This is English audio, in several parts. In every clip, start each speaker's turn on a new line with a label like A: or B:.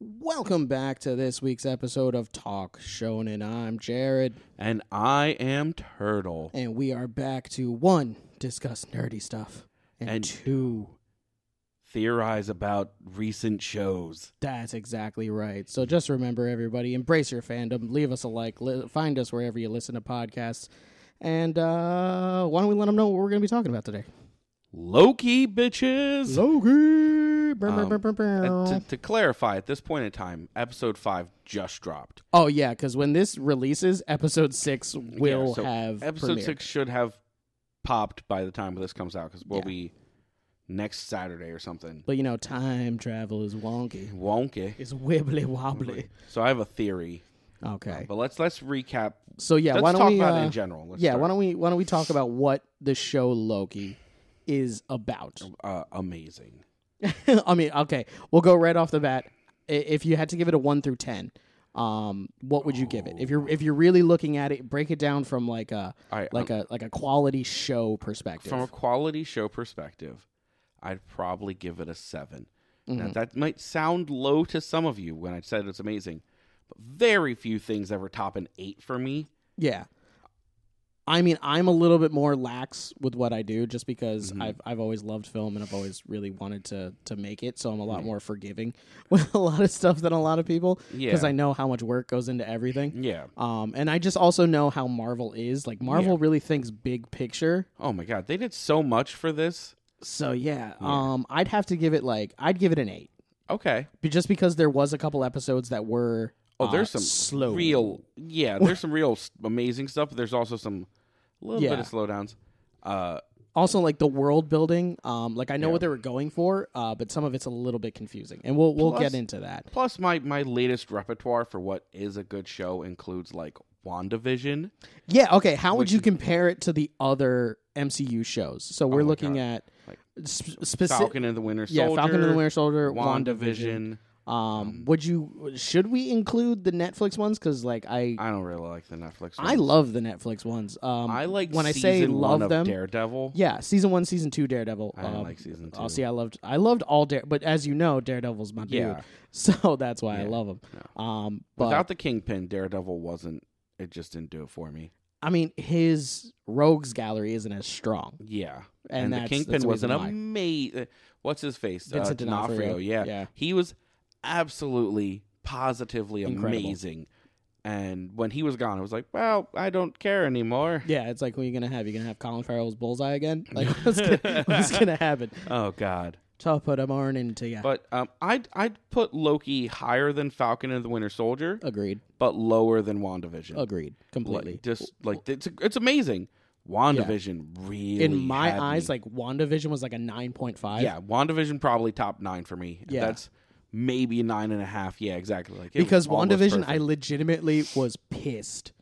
A: Welcome back to this week's episode of Talk Shonen. I'm Jared,
B: And I am Turtle.
A: and we are back to one, discuss nerdy stuff, and,
B: And-
A: two,
B: Theorize about recent shows.
A: that's exactly right. So just remember, everybody, embrace your fandom, leave us a like, li- find us wherever you listen to podcasts, and uh, why don't we let them know what we're going to be talking about today?
B: Loki, bitches!
A: Loki! Brr, brr,
B: Um,
A: brr, brr, brr.
B: And to, to clarify, at this point in time, episode five just dropped.
A: oh, yeah, because when this releases, episode six
B: Yeah,
A: will
B: so
A: have.
B: episode
A: premiered.
B: six should have popped by the time this comes out because we'll
A: Yeah.
B: be next Saturday or something.
A: But, you know, time travel is wonky.
B: Wonky.
A: It's wibbly wobbly.
B: So I have a theory,
A: Okay.
B: but let's let's recap.
A: So yeah,
B: let's
A: why don't
B: talk
A: we?
B: about it
A: uh,
B: in general. Let's
A: yeah,
B: start.
A: why don't we? Why don't we talk about what the show Loki is about?
B: uh, amazing.
A: I mean, okay, we'll go right off the bat. I- If you had to give it a one through ten, um, what would you give it? If you're if you're really looking at it, break it down from like a
B: All right,
A: like a like a quality show perspective.
B: from a quality show perspective, I'd probably give it a 7
A: Mm-hmm.
B: Now that might sound low to some of you when I said it's amazing, but very few things ever top an eight for me.
A: Yeah. I mean, I'm a little bit more lax with what I do just because
B: Mm-hmm.
A: I've I've always loved film and I've always really wanted to to make it, so I'm a lot
B: Mm-hmm.
A: more forgiving with a lot of stuff than a lot of people because
B: Yeah.
A: I know how much work goes into everything.
B: Yeah.
A: Um and I just also know how Marvel is. Like Marvel really thinks big picture.
B: Oh my god, they did so much for this.
A: So yeah, um I'd have to give it like I'd give it an 8.
B: Okay.
A: But just because there was a couple episodes that were
B: Oh,
A: uh,
B: there's some
A: slow.
B: real yeah. There's some real s- amazing stuff. But there's also some little bit
A: Yeah.
B: of slowdowns. Uh,
A: also like the world building um like i know
B: Yeah.
A: what they were going for uh but some of it's a little bit confusing and we'll we'll
B: Plus-
A: get into that
B: plus, my my latest repertoire for what is a good show includes like WandaVision.
A: yeah okay how would you compare it to the other mcu shows so we're looking at
B: Like,
A: sp- specific
B: Falcon and the Winter Soldier.
A: yeah falcon and the winter soldier wandavision
B: WandaVision.
A: um, would you should we include the netflix ones because like i
B: I don't really like the Netflix. Ones.
A: i love the netflix ones um
B: I like
A: when i say
B: season one
A: love
B: of
A: them
B: Daredevil.
A: yeah season one season two daredevil
B: I didn't
A: um,
B: like season two.
A: I'll see. I loved. I loved all Dare, but as you know, Daredevil's my
B: Yeah.
A: dude, so that's why I
B: Yeah.
A: love him. Um, but
B: Without the Kingpin, Daredevil wasn't. It just didn't do it for me.
A: I mean, his rogues gallery isn't as strong.
B: Yeah,
A: And
B: and, the
A: that's-
B: Kingpin
A: that's the
B: was an
A: reason why.
B: amazing. What's his face? Uh,
A: Vincent D'Onofrio.
B: Yeah.
A: Yeah.
B: he was absolutely, positively
A: Incredible.
B: amazing. And when he was gone, it was like, well, I don't care anymore.
A: Yeah, it's like who are you gonna have? You gonna have Colin Farrell's bullseye again? Like what's gonna, what's gonna happen?
B: Oh God.
A: Tough put a morning into ya.
B: But um, I'd I'd put Loki higher than Falcon and the Winter Soldier,
A: Agreed.
B: but lower than Wandavision.
A: Agreed. Completely.
B: Like, just like it's it's amazing. WandaVision really
A: In my
B: had
A: eyes,
B: me.
A: like WandaVision was like a nine point five.
B: yeah, WandaVision probably top nine for me.
A: Yeah.
B: that's maybe nine and a half. Yeah, exactly. Like it was
A: Because
B: almost
A: WandaVision I
B: perfect.
A: legitimately was pissed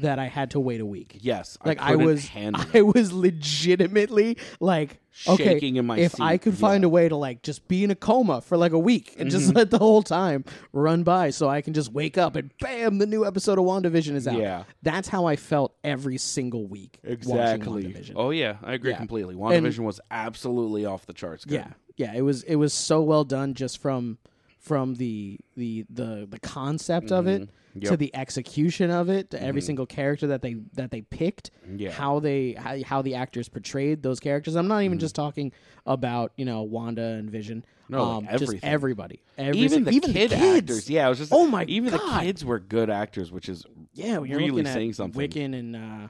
A: that I had to wait a week.
B: yes,
A: Like I,
B: couldn't
A: was
B: handle
A: I was legitimately like okay,
B: Shaking in my
A: if I
B: seat,
A: could find a way to like just be in a coma for like a week and
B: Mm-hmm.
A: just let the whole time run by so I can just wake up and bam the new episode of WandaVision is out.
B: Yeah.
A: That's how I felt every single week.
B: it.
A: watching
B: exactly.
A: WandaVision.
B: Oh yeah, I agree
A: Yeah.
B: completely. WandaVision was absolutely off the charts. Good.
A: Yeah. Yeah, it was it was so well done just from from the the the the concept of it to
B: Mm-hmm. Yep. Mm-hmm.
A: the execution of it to every single character that they that they picked
B: Yeah.
A: how they how, how the actors portrayed those characters i'm not even
B: Mm-hmm.
A: just talking about you know wanda and vision Um,
B: No, like
A: just
B: everything.
A: everybody Every
B: Even
A: sing-
B: the
A: even
B: kid
A: the kids.
B: actors, yeah. I was just
A: Oh my
B: even
A: God.
B: the kids were good actors, which is
A: yeah when you're
B: really
A: looking at
B: saying something.
A: wiccan and uh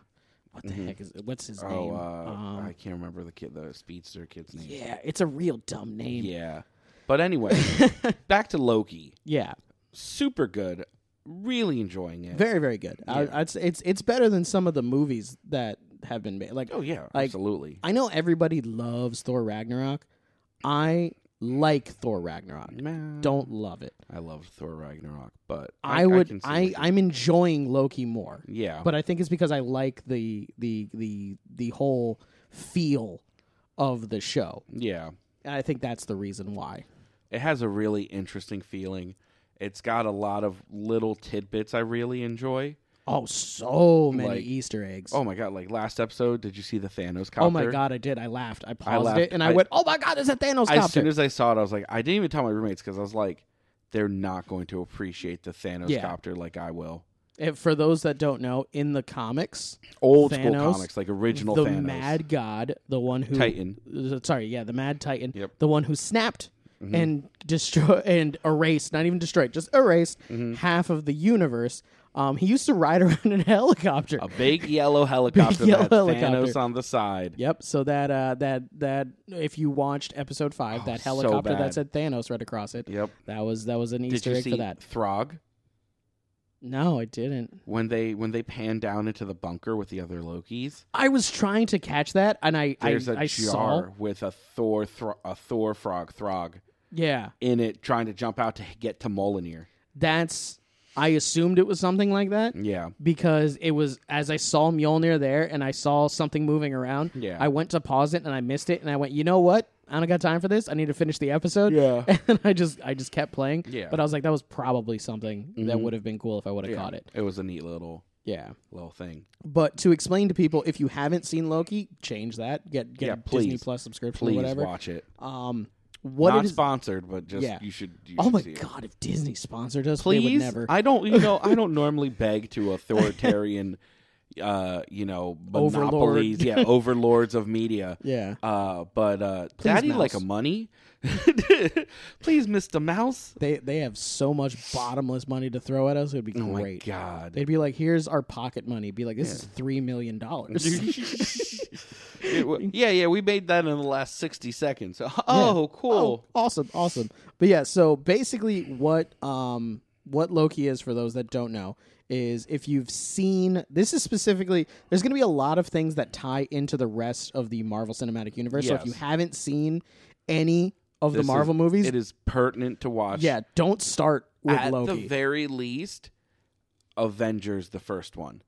A: what the heck is what's his
B: oh,
A: name
B: uh,
A: um,
B: I can't remember the kid, the speedster kid's name.
A: yeah it's a real dumb name
B: Yeah. But anyway, back to Loki.
A: yeah.
B: Super good. Really enjoying it.
A: Very, very good. I, I'd say it's it's better than some of the movies that have been made. Like,
B: oh yeah,
A: Like-
B: absolutely.
A: I know everybody loves Thor Ragnarok. I like Thor Ragnarok.
B: Man,
A: Don't love it.
B: I loved Thor Ragnarok, but
A: I, would.
B: can see
A: I,
B: what
A: I am enjoying Loki more,
B: you- yeah,
A: but I think it's because I like the the the the whole feel of the show.
B: yeah.
A: And I think that's the reason why.
B: It has a really interesting feeling. It's got a lot of little tidbits I really enjoy.
A: Oh, so many
B: Like-
A: Easter eggs.
B: Oh my god! Like last episode, did you see the Thanos copter?
A: Oh my god, I did. I laughed. I paused
B: laughed.
A: it and I,
B: I-
A: went, "Oh my god, there's a Thanos
B: As
A: copter."
B: soon as I saw it, I was like, I didn't even tell my roommates because I was like, they're not going to appreciate the Thanos
A: Yeah.
B: copter like I will.
A: And Eh, for those that don't know, in the comics,
B: Old school
A: Thanos,
B: comics, like original
A: the
B: Thanos.
A: Mad God, the one who
B: Titan.
A: Uh, sorry, yeah, the Mad Titan,
B: Yep. Mm-hmm.
A: the one who snapped and destroy and erased, not even destroyed, just erased
B: Mm-hmm.
A: half of the universe. Um, he used to ride around in a helicopter.
B: a big yellow helicopter
A: yellow
B: that had
A: helicopter.
B: Thanos on the side.
A: Yep. So that uh, that that if you watched episode five, that
B: Oh, so
A: helicopter
B: bad.
A: that said Thanos right across it.
B: Yep.
A: That was that was an Easter
B: Did you
A: egg
B: see
A: for that.
B: Throg
A: No, I didn't.
B: when they when they pan down into the bunker with the other Lokis?
A: I was trying to catch that, and I I,
B: There's a
A: I saw.
B: jar with a Thor thro- a Thor frog Throg
A: Yeah,
B: in it, trying to jump out to get to Molinir.
A: that's. I assumed it was something like that.
B: Yeah,
A: because it was as I saw Mjolnir there and I saw something moving around.
B: Yeah.
A: I went to pause it and I missed it and I went, you know what? I don't got time for this. I need to finish the episode.
B: Yeah.
A: And I just I just kept playing.
B: Yeah. Mm-hmm.
A: But I was like, that was probably something that would have been cool if I would have
B: Yeah.
A: caught it.
B: It was a neat little
A: Yeah.
B: little thing.
A: But to explain to people, if you haven't seen Loki, change that. Get get
B: Yeah,
A: a Disney
B: please.
A: Plus subscription
B: Please
A: or whatever.
B: watch it.
A: Um what it
B: Not
A: is
B: sponsored, but just
A: Yeah.
B: you should. You
A: Oh
B: should
A: my
B: see it.
A: god, if Disney sponsored us,
B: Please,
A: they would never
B: I don't. You know, I don't normally beg to authoritarian, uh, you know,
A: Overlord.
B: monopolies. Yeah, overlords of media.
A: Yeah.
B: Uh, but uh,
A: Please,
B: Daddy
A: Mouse.
B: like a money. Please, Mister Mouse.
A: They they have so much bottomless money to throw at us, it would be
B: Oh my
A: great.
B: God.
A: They'd be like, "Here's our pocket money." Be like, "This is three million dollars."
B: It wa- yeah, yeah, we made that in the last sixty seconds. Oh, cool.
A: awesome, awesome. But yeah, so basically, what um what Loki is for those that don't know is if you've seen this is specifically there's going to be a lot of things that tie into the rest of the Marvel Cinematic Universe. So if
B: Yes.
A: you haven't seen any of the
B: This is-
A: Marvel movies,
B: It is pertinent to watch.
A: yeah, don't start with
B: at
A: Loki.
B: the very least, Avengers the first one,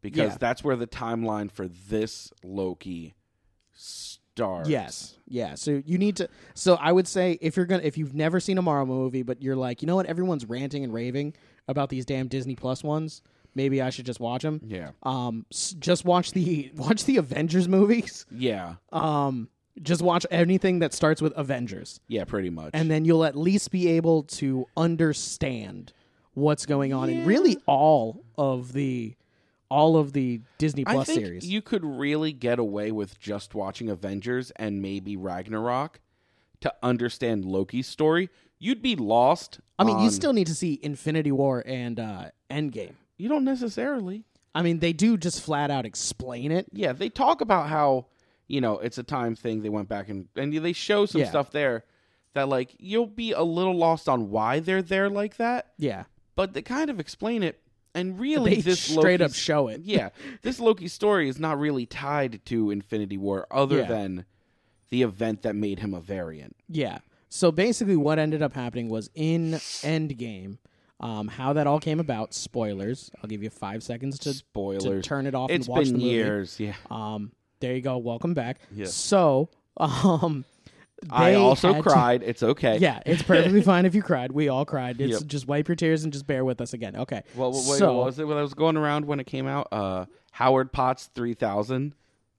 B: because
A: Yeah.
B: that's where the timeline for this Loki starts.
A: Yes. Yeah. So you need to. So I would say if you're gonna, if you've never seen a Marvel movie, but you're like, you know what, everyone's ranting and raving about these damn Disney Plus ones. Maybe I should just watch them.
B: Yeah.
A: Um, s- just watch the watch the Avengers movies.
B: Yeah.
A: Um, just watch anything that starts with Avengers,
B: Yeah. Pretty much.
A: and then you'll at least be able to understand what's going on in really all of the all of the Disney
B: I
A: Plus
B: think
A: series.
B: you could really get away with just watching Avengers and maybe Ragnarok to understand Loki's story. You'd be lost.
A: I mean, you
B: on-
A: still need to see Infinity War and uh, Endgame.
B: you don't necessarily.
A: I mean, they do just flat out explain it.
B: Yeah, they talk about how you know it's a time thing. They went back and and they show some
A: Yeah.
B: stuff there that like you'll be a little lost on why they're there like that,
A: Yeah,
B: but they kind of explain it. And really,
A: they
B: this
A: straight up
B: Loki's-
A: show it.
B: yeah, this Loki story is not really tied to Infinity War, other
A: Yeah.
B: than the event that made him a variant.
A: Yeah. So basically, what ended up happening was in Endgame, um, how that all came about. Spoilers. I'll give you five seconds to, to
B: Spoilers.
A: turn it off
B: It's
A: and watch
B: been
A: the movie.
B: years. Yeah,
A: Um, there you go. Welcome back.
B: Yeah.
A: So, um,
B: I
A: they
B: also
A: had to-
B: cried. It's okay.
A: yeah, it's perfectly fine if you cried. We all cried. It's
B: Yep.
A: just wipe your tears and just bear with us again. Okay.
B: Well, wait,
A: so,
B: what was it when I was going around when it came out? Uh, Howard Potts three thousand.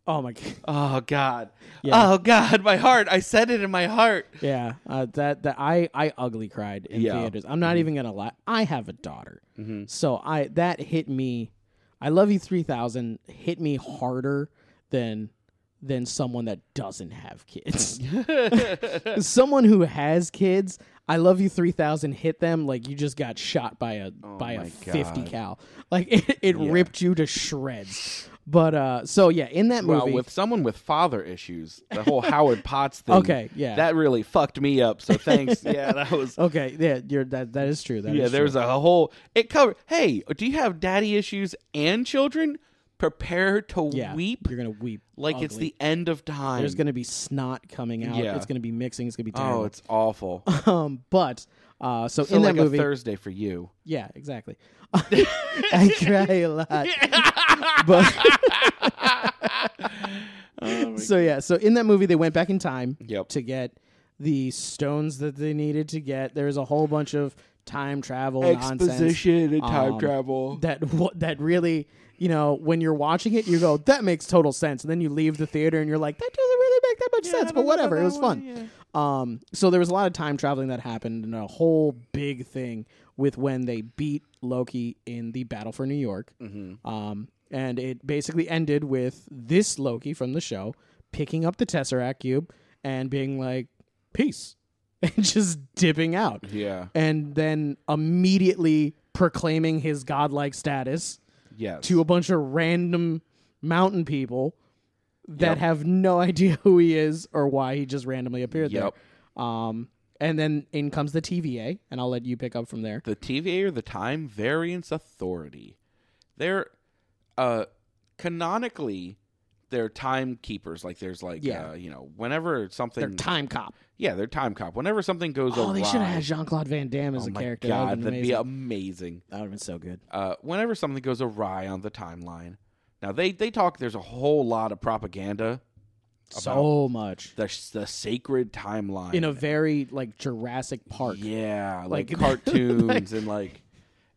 A: Oh my god.
B: Oh God!
A: Yeah.
B: Oh God! My heart! I said it in my heart.
A: Yeah, uh, that that I I ugly cried in
B: Yeah. Mm-hmm.
A: theaters. I'm not even gonna lie. I have a daughter, so I that hit me. I love you three thousand hit me harder than than someone that doesn't have kids. someone who has kids, I love you three thousand hit them like you just got shot by a by a
B: Oh my
A: fifty
B: God.
A: cal. Like it, it ripped you to shreds. But uh, so yeah, in that movie,
B: Well, with someone with father issues, the whole Howard Potts thing.
A: Okay, yeah.
B: that really fucked me up. So thanks. yeah, that was.
A: okay, yeah, you're that that is true. That
B: yeah,
A: is
B: there
A: true.
B: was a whole. It covered. Hey, do you have daddy issues and children? Prepare to
A: yeah,
B: weep
A: You're gonna weep
B: like it's
A: ugly.
B: the end of time.
A: There's going to be snot coming out.
B: Yeah.
A: It's going to be mixing. It's going to be
B: oh,
A: terrible.
B: it's awful.
A: um, but uh, so,
B: so
A: in
B: like
A: that movie,
B: a Thursday for you.
A: yeah, exactly. I cry a lot, but so yeah, so in that movie, they went back in time
B: Oh Yep.
A: to get the stones that they needed to get. There's a whole bunch of time travel nonsense
B: and
A: Um,
B: travel.
A: that wa- that really, you know, when you're watching it, you go, "That makes total sense," and then you leave the theater and you're like, "That doesn't really make that much sense," but whatever, it was fun. Um, so there was a lot of time traveling that happened, and a whole big thing with when they beat Loki in the Battle for New York. Um, and it basically ended with this Loki from the show picking up the Tesseract cube and being like, "Peace," and just dipping out,
B: Yeah.
A: and then immediately proclaiming his godlike status
B: Yes.
A: to a bunch of random mountain people that
B: Yep.
A: have no idea who he is or why he just randomly appeared
B: Yep.
A: there. Um, and then in comes the TVA, and I'll let you pick up from there.
B: the TVA or the Time Variance Authority. They're uh canonically they're timekeepers. Like there's like
A: Yeah.
B: uh, you know, whenever something
A: They're time cop.
B: Yeah, they're time cop. Whenever something goes
A: Oh,
B: awry.
A: they should have had Jean Claude Van Damme as
B: Oh
A: a
B: my
A: character.
B: God,
A: that would
B: that'd
A: have
B: be
A: been, amazing.
B: amazing.
A: That would've been so good.
B: uh, whenever something goes awry on the timeline. Now they they talk. There's a whole lot of propaganda.
A: so much
B: The the sacred timeline
A: in a very like Jurassic Park.
B: Yeah, like,
A: Like-
B: cartoons and like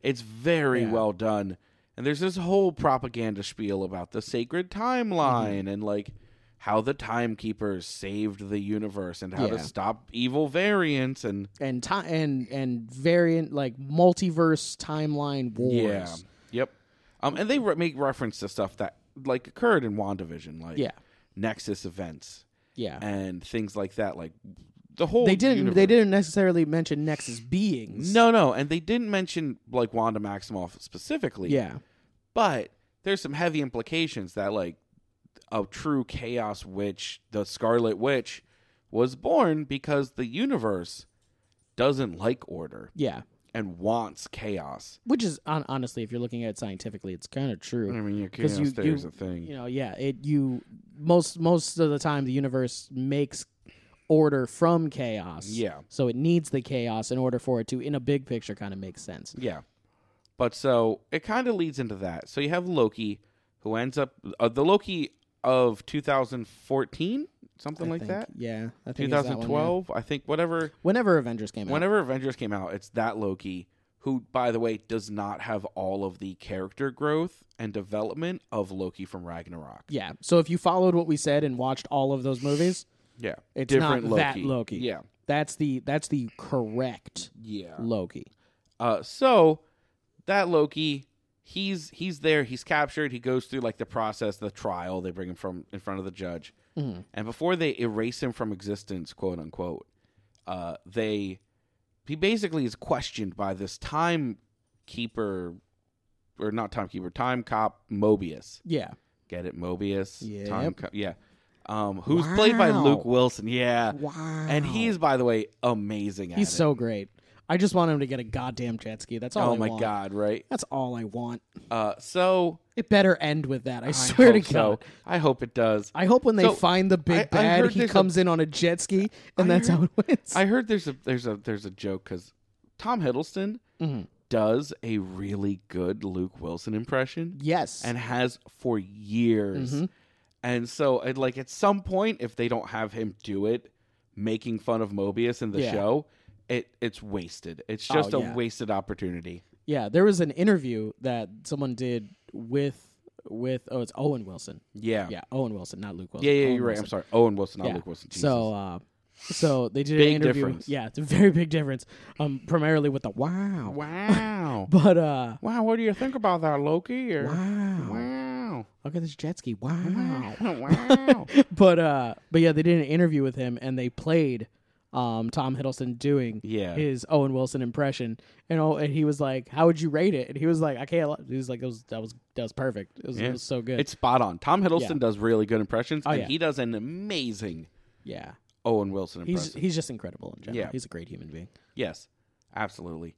B: it's very
A: Yeah.
B: well done. And there's this whole propaganda spiel about the sacred timeline
A: Mm-hmm.
B: and like how the timekeepers saved the universe and how to
A: Yeah.
B: stop evil variants and
A: And time and and variant like multiverse timeline wars.
B: Yeah. Yep. Um, and they re- make reference to stuff that like occurred in Wandavision, like
A: Yeah.
B: Nexus events
A: Yeah.
B: and things like that. Like the whole
A: they didn't
B: universe.
A: they didn't necessarily mention Nexus beings.
B: no no, and they didn't mention like Wanda Maximoff specifically.
A: Yeah.
B: but there's some heavy implications that like a true chaos witch, the Scarlet Witch, was born because the universe doesn't like order
A: Yeah.
B: and wants chaos.
A: which is on, honestly, if you're looking at it scientifically, it's kind of
B: I
A: true.
B: mean, your
A: 'Cause
B: chaos
A: you-
B: there's
A: you-
B: a thing.
A: You know, yeah, it you most most of the time the universe makes order from chaos.
B: Yeah.
A: So it needs the chaos in order for it to, in a big picture, kind of make sense.
B: Yeah. But so it kind of leads into that. So you have Loki, who ends up uh, the Loki of 2014, something
A: I
B: like
A: think.
B: that.
A: Yeah. I think it's that one, yeah.
B: 2012, I think. Whatever.
A: Whenever Avengers came out.
B: Whenever Avengers came out, it's that Loki who, by the way, does not have all of the character growth and development of Loki from Ragnarok.
A: Yeah. So if you followed what we said and watched all of those movies,
B: Yeah,
A: It's not that Loki.
B: Yeah,
A: that's the that's the correct
B: yeah.
A: Loki.
B: Uh, so that Loki, he's he's there. He's captured. He goes through like the process, the trial. They bring him from in front of the judge,
A: Mm-hmm.
B: and before they erase him from existence, quote unquote, uh, they he basically is questioned by this timekeeper, or not timekeeper, time cop Mobius.
A: Yeah.
B: Get it, Mobius.
A: Yep.
B: Time cop. Yeah. Um, who's played by
A: Wow.
B: Luke Wilson? Yeah.
A: Wow.
B: And he's, by the way, amazing at
A: he's
B: it.
A: so great. I just want him to get a goddamn jet ski. That's all.
B: oh
A: I
B: my
A: want.
B: god, right?
A: That's all I want.
B: Uh, so
A: It better end with that. I, swear to
B: hope
A: God.
B: so. I hope it does.
A: I hope when they
B: So,
A: find the
B: I- I
A: big
B: heard
A: bad, he
B: there's a-
A: comes in on a jet ski, and
B: I
A: that's how
B: heard-
A: it wins.
B: I heard there's a there's a there's a joke because Tom Hiddleston
A: Mm-hmm.
B: does a really good Luke Wilson impression
A: yes, Mm-hmm.
B: and has for years. And so, and like at some point, if they don't have him do it, making fun of Mobius in the
A: Yeah.
B: show, it it's wasted. It's just
A: Oh,
B: a
A: yeah.
B: wasted opportunity.
A: yeah. There was an interview that someone did with with oh, it's Owen Wilson.
B: Yeah,
A: Yeah, Owen Wilson, not Luke Wilson.
B: yeah, yeah
A: Owen
B: you're right. I'm
A: Wilson.
B: sorry, Owen Wilson, not
A: Yeah.
B: Luke Wilson. Jesus.
A: So, uh, so they did
B: Big
A: an interview.
B: difference.
A: Yeah, it's a very big difference. Um, primarily with the wow,
B: wow,
A: but uh,
B: wow, what do you think about that, Loki? Or
A: wow,
B: wow.
A: Look at this jet ski. Wow.
B: wow.
A: but uh but yeah, they did an interview with him and they played um Tom Hiddleston doing
B: Yeah.
A: his Owen Wilson impression. And oh and he was like, How would you rate it? And he was like, I can't li-" he was like, That was that was that was perfect. It was,
B: Yeah.
A: it was so good.
B: It's spot on. Tom Hiddleston
A: Yeah.
B: does really good impressions,
A: Oh,
B: and
A: yeah.
B: he does an amazing
A: yeah.
B: Owen Wilson
A: He's
B: impression.
A: he's just incredible in general.
B: Yeah.
A: He's a great human being.
B: yes, absolutely.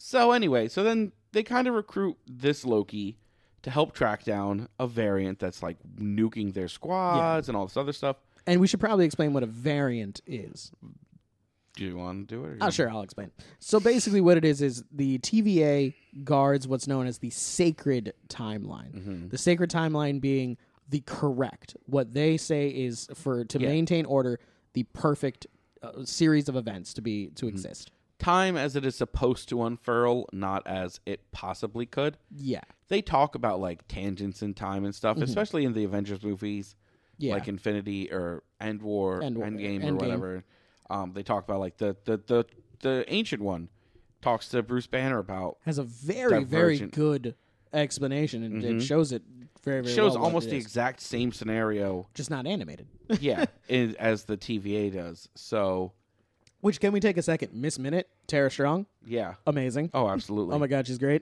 B: So anyway, so then they kind of recruit this Loki to help track down a variant that's like nuking their squads and all this other stuff.
A: And we should probably explain what a variant is.
B: Do you want to do it? Or
A: Oh, sure, I'll explain. So basically, what it is is the TVA guards what's known as the sacred timeline.
B: Mm-hmm.
A: The sacred timeline being the correct, what they say is for to maintain order, the perfect uh, series of events to be
B: Mm-hmm.
A: to exist.
B: Time as it is supposed to unfurl, not as it possibly could.
A: Yeah,
B: They talk about like tangents in time and stuff, especially in the Avengers movies.
A: Mm-hmm. yeah,
B: like Infinity or End War,
A: End War-
B: Endgame or
A: Endgame.
B: whatever. Um, they talk about like the the the the ancient one talks to Bruce Banner about
A: Has a very very
B: Divergent. Mm-hmm.
A: good explanation and it shows it very very
B: shows
A: well what
B: almost
A: it
B: the
A: is.
B: exact same scenario.
A: just not animated.
B: Yeah, in, as the TVA does. So
A: Which can we take a second? Miss Minute, Tara Strong,
B: yeah.
A: amazing.
B: Oh, absolutely.
A: Oh my god, she's great.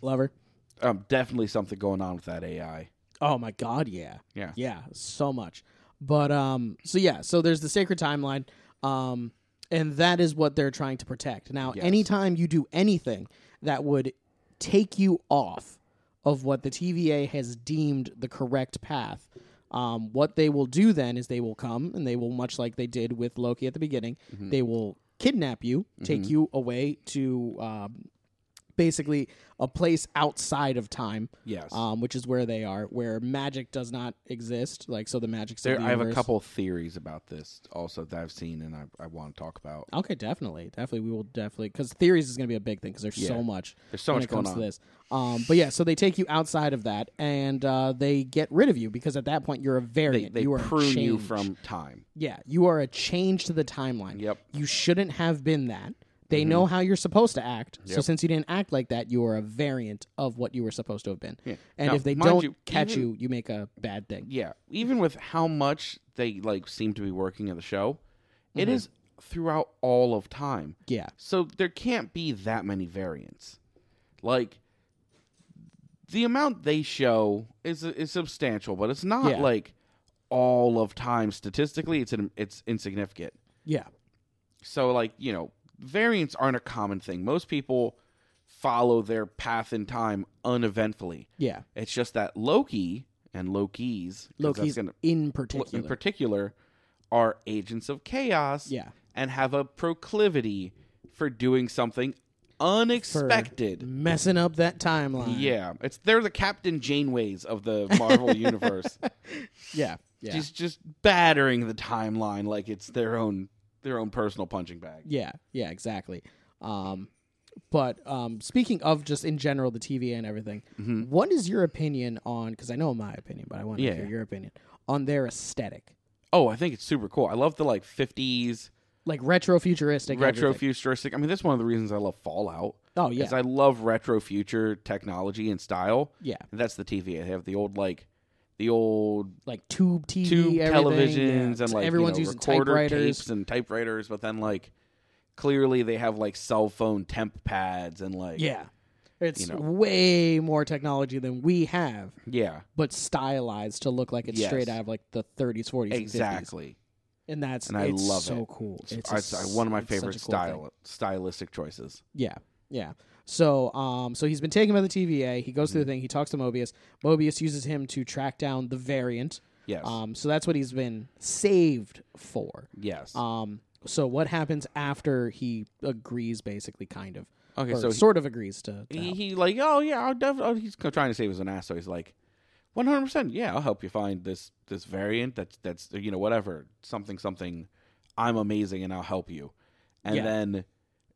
A: Love her.
B: um, definitely something going on with that AI.
A: Oh my god, yeah.
B: Yeah.
A: Yeah, so much. But um so yeah, so there's the sacred timeline um and that is what they're trying to protect. Now, anytime you do anything that would take you off of what the TVA has deemed the correct path, um, what they will do then is they will come and they will much like they did with Loki at the beginning, they will kidnap you, take you away to um, basically a place outside of time
B: Yes.
A: um, which is where they are, where magic does not exist. Like so, the magic's
B: there,
A: Of the
B: I have a
A: universe-
B: couple theories about this also that I've seen and I, I want to talk about.
A: Okay, definitely, definitely, we will definitely because theories is going to be a big thing because there's so much.
B: There's so
A: when
B: much
A: it comes
B: going
A: to this. Um, but yeah, so they take you outside of that and uh, they get rid of you because at that point you're a variant.
B: They
A: you are a
B: prune you
A: change.
B: from time.
A: Yeah, you are a change to the timeline.
B: Yep. Mm-hmm.
A: You shouldn't have been that. They know how you're supposed to act. So since you didn't act like that, you are a variant of what you were supposed to have been. And
B: Now,
A: if they
B: mind
A: don't
B: you,
A: catch
B: even-
A: you, you make a bad thing.
B: Yeah. Even with how much they like seem to be working in the show, it is throughout all of time.
A: Mm-hmm. Yeah.
B: So there can't be that many variants. Like the amount they show is is substantial, but it's not
A: Yeah.
B: like all of time statistically. It's an, it's insignificant.
A: Yeah.
B: So like, you know, variants aren't a common thing. Most people follow their path in time uneventfully.
A: Yeah.
B: It's just that Loki and Loki's 'cause that's
A: Loki's
B: gonna-
A: in
B: in
A: particular.
B: particular are agents of chaos
A: yeah.
B: and have a proclivity for doing something unexpected.
A: Messing up that timeline.
B: Yeah, it's they're the Captain Janeways of the Marvel universe.
A: Yeah. Yeah.
B: She's just battering the timeline like it's their own their own personal punching bag.
A: yeah. Yeah, exactly. Um but um speaking of just in general the TVA and everything, what is your opinion on cuz I know my opinion, but I want to
B: Mm-hmm. Yeah.
A: hear your opinion on their aesthetic.
B: Oh, I think it's super cool. I love the like 50s
A: Like retro futuristic
B: retro futuristic. I mean, that's one of the reasons I love Fallout.
A: Oh
B: Because
A: yeah.
B: I love retro future technology and style.
A: yeah.
B: And that's the TV. They have the old like the old
A: Like tube TV everything,
B: tube
A: yeah.
B: televisions and
A: So
B: like
A: everyone's
B: you know,
A: using
B: recorder
A: typewriters.
B: tapes and typewriters, but then like clearly they have like cell phone temp pads and like
A: Yeah. It's
B: know.
A: way more technology than we have.
B: yeah
A: but stylized to look like it's
B: Yes.
A: straight out of like the 30s, 40s, and 50s.
B: exactly.
A: And that's
B: And I
A: it's
B: love
A: so
B: it.
A: cool. It's,
B: It's,
A: a
B: uh,
A: s-
B: one of my
A: it's such a cool
B: favorite
A: thing.
B: style stylistic choices.
A: Yeah, yeah. So, um, so he's been taken by the TVA. He goes
B: Mm-hmm.
A: through the thing. He talks to Mobius. Mobius uses him to track down the variant.
B: Yes,
A: Um, so that's what he's been saved for.
B: yes.
A: Um, so what happens after he agrees, basically, kind of,
B: okay,
A: or
B: so
A: sort of agrees to, to
B: he,
A: help.
B: he like oh yeah I'll def- oh, he's trying to save his own ass, so he's like. One hundred percent, yeah. I'll help you find this this variant that's that's you know whatever something something. I'm amazing, and I'll help you. And
A: Yeah.
B: then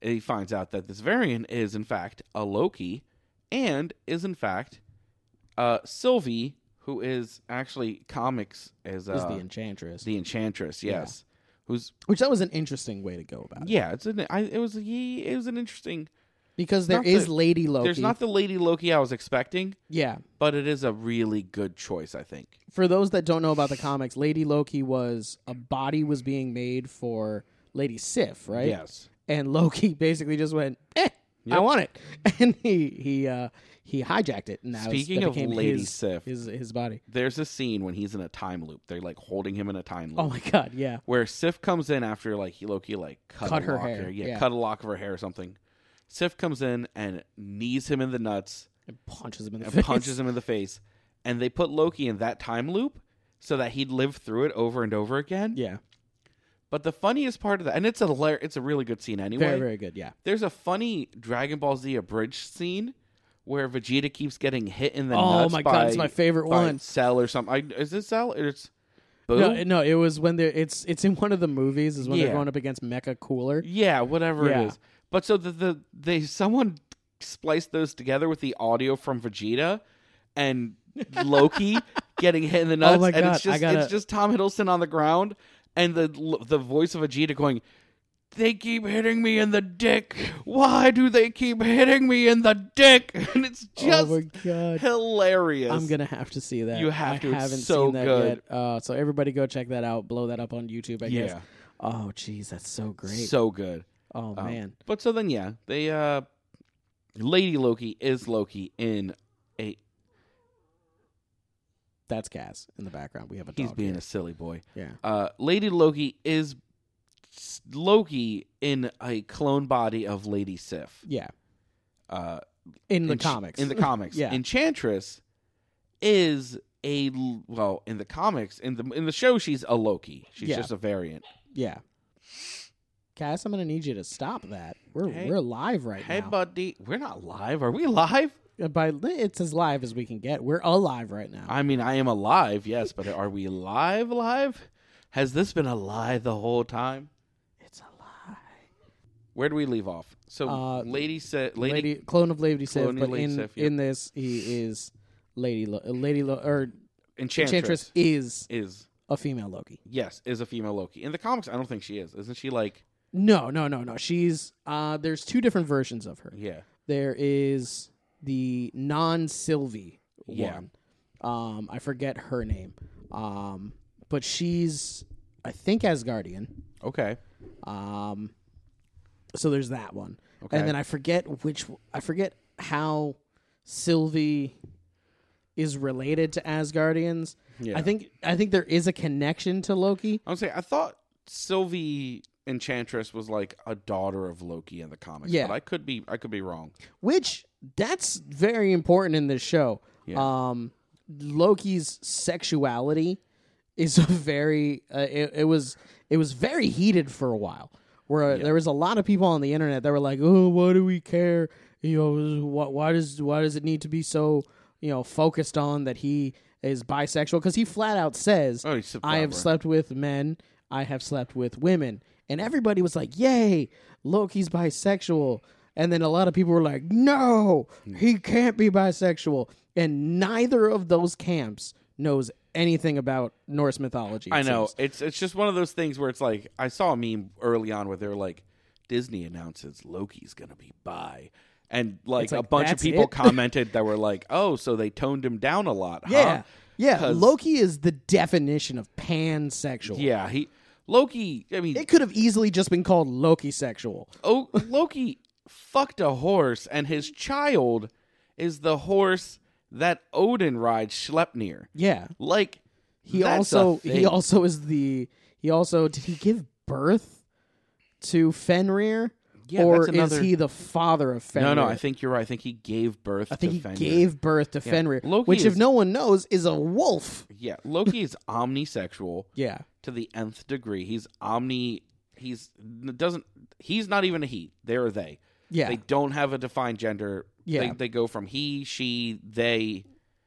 B: he finds out that this variant is in fact a Loki, and is in fact uh, Sylvie, who is actually comics as uh,
A: is the
B: the,
A: Enchantress,
B: Enchantress. Yes, who's
A: which that was an interesting way to go about it
B: yeah. It's an I, it was a ye- it was an interesting.
A: because there
B: Not
A: is
B: the-
A: Lady Loki.
B: There's not the Lady Loki I was expecting,
A: yeah,
B: but it is a really good choice. I think.
A: for those that don't know about the comics, Lady Loki was a body was being made for Lady Sif, right?
B: Yes.
A: And Loki basically just went, eh, I want it, and he he uh, he hijacked it. And that was-
B: Speaking
A: that
B: of
A: became
B: Lady
A: his,
B: Sif.
A: his his body.
B: There's a scene when he's in a time loop. They're like holding him in a time loop.
A: Oh my god, yeah,
B: where Sif comes in after like he- Loki like cut,
A: Cut
B: a
A: her
B: lock
A: hair,
B: yeah,
A: yeah.
B: cut a lock of her hair or something. Sif comes in and knees him in the nuts
A: and punches him in the
B: and
A: face.
B: punches him in the face, and they put Loki in that time loop so that he'd live through it over and over again.
A: Yeah,
B: But the funniest part of that, and it's a hilar- it's a really good scene anyway.
A: very very good. Yeah.
B: There's a funny Dragon Ball Z abridged scene where Vegeta keeps getting hit in the
A: Oh
B: nuts
A: my
B: by,
A: God, it's my favorite
B: by
A: one.
B: Cell or something. I, is this Cell? Or It's Boo.
A: No, no, it was when they're it's it's in one of the movies is when
B: Yeah.
A: they're going up against Mecha Cooler.
B: Yeah, whatever
A: Yeah.
B: it is. But so the, the they someone spliced those together with the audio from Vegeta and Loki getting hit in the nuts,
A: Oh my
B: and
A: God,
B: it's just
A: I gotta-
B: it's just Tom Hiddleston on the ground and the the voice of Vegeta going, They keep hitting me in the dick. Why do they keep hitting me in the dick? And it's just
A: oh my god.
B: hilarious.
A: I'm gonna have to see that.
B: You have
A: I
B: to. It's
A: haven't
B: so
A: seen that
B: good.
A: yet. Uh, so everybody, go check that out. Blow that up on YouTube. I
B: yeah,
A: guess. Oh, geez, that's so great.
B: so good.
A: oh
B: Um,
A: man.
B: But so then, yeah, they uh, Lady Loki is Loki in a.
A: That's Cass in the background. We have a dog.
B: He's being
A: here.
B: a silly boy.
A: yeah.
B: Uh, Lady Loki is s- Loki in a clone body of Lady Sif.
A: Yeah.
B: Uh,
A: In the
B: Ench-
A: comics.
B: In the comics,
A: Yeah.
B: Enchantress is a l- well in the comics in the in the show she's a Loki. She's
A: Yeah.
B: just a variant.
A: yeah. Cass, I'm gonna need you to stop that. We're
B: Hey-
A: we're live right
B: hey,
A: now.
B: buddy, we're not live. Are we live?
A: Uh, By it's as live as we can get. We're alive right now.
B: I mean, I am alive, yes, but are we live? Live? Has this been alive the whole time?
A: it's a lie.
B: Where do we leave off? So,
A: Uh,
B: lady said,
A: Lady,
B: lady,
A: clone of Lady Sif,
B: Clone of
A: but
B: Lady
A: in
B: Sif, yeah.
A: in this he is Lady Lo- uh, Lady Lo- or
B: Enchantress,
A: Enchantress is
B: is
A: a female Loki.
B: yes, is a female Loki in the comics. I don't think she is. Isn't she like
A: No, no, no, no. She's uh there's two different versions of her.
B: yeah?
A: There is the non Sylvie
B: Yeah.
A: one. Um I forget her name. Um but she's I think Asgardian.
B: Okay,
A: Um so there's that one.
B: Okay.
A: And then I forget which I forget how Sylvie is related to Asgardians.
B: Yeah.
A: I think I think there is a connection to Loki.
B: I would say I thought Sylvie Enchantress was like a daughter of Loki in the comics.
A: Yeah.
B: but I could be I could be wrong.
A: which that's very important in this show.
B: Yeah.
A: Um, Loki's sexuality is a very uh, it, it was it was very heated for a while. Where there was a lot of people on the internet that were like, "Oh, why do we care? You know, wh- why does why does it need to be so you know focused on that he is bisexual?" Because he flat out says,
B: Oh, he's a
A: I have
B: flower.
A: slept with men. I have slept with women. And everybody was like, yay, Loki's bisexual. And then a lot of people were like, no,
B: Hmm.
A: he can't be bisexual. And neither of those camps knows anything about Norse mythology. it
B: I know
A: seems.
B: it's it's just one of those things where it's like I saw a meme early on where they're like Disney announces Loki's gonna be bi, and like, a
A: like,
B: bunch of
A: that's
B: people
A: it?
B: commented that were like, oh, so they toned him down a lot, huh?
A: Yeah. Yeah.
B: Uh, 'Cause-
A: Loki is the definition of pansexual.
B: yeah. He Loki. I mean,
A: It could have easily just been called Loki sexual.
B: oh, Loki fucked a horse, and his child is the horse that Odin rides Schleppnir.
A: Yeah.
B: Like
A: He
B: that's a
A: also
B: thing.
A: he also is the he also did he give birth to Fenrir?
B: Yeah,
A: or
B: that's another-
A: is he the father of
B: no,
A: Fenrir?
B: no. I think you're right. I think he gave birth.
A: I think
B: to
A: he
B: Fenrir.
A: gave birth to Fenrir,
B: Loki
A: which, if
B: is-
A: no one knows, is a wolf.
B: Yeah, Loki is omnisexual.
A: Yeah,
B: to the nth degree. He's omni. He's doesn't. He's not even a he. They're a they.
A: yeah.
B: They don't have a defined gender.
A: Yeah.
B: They, they go from he, she, they,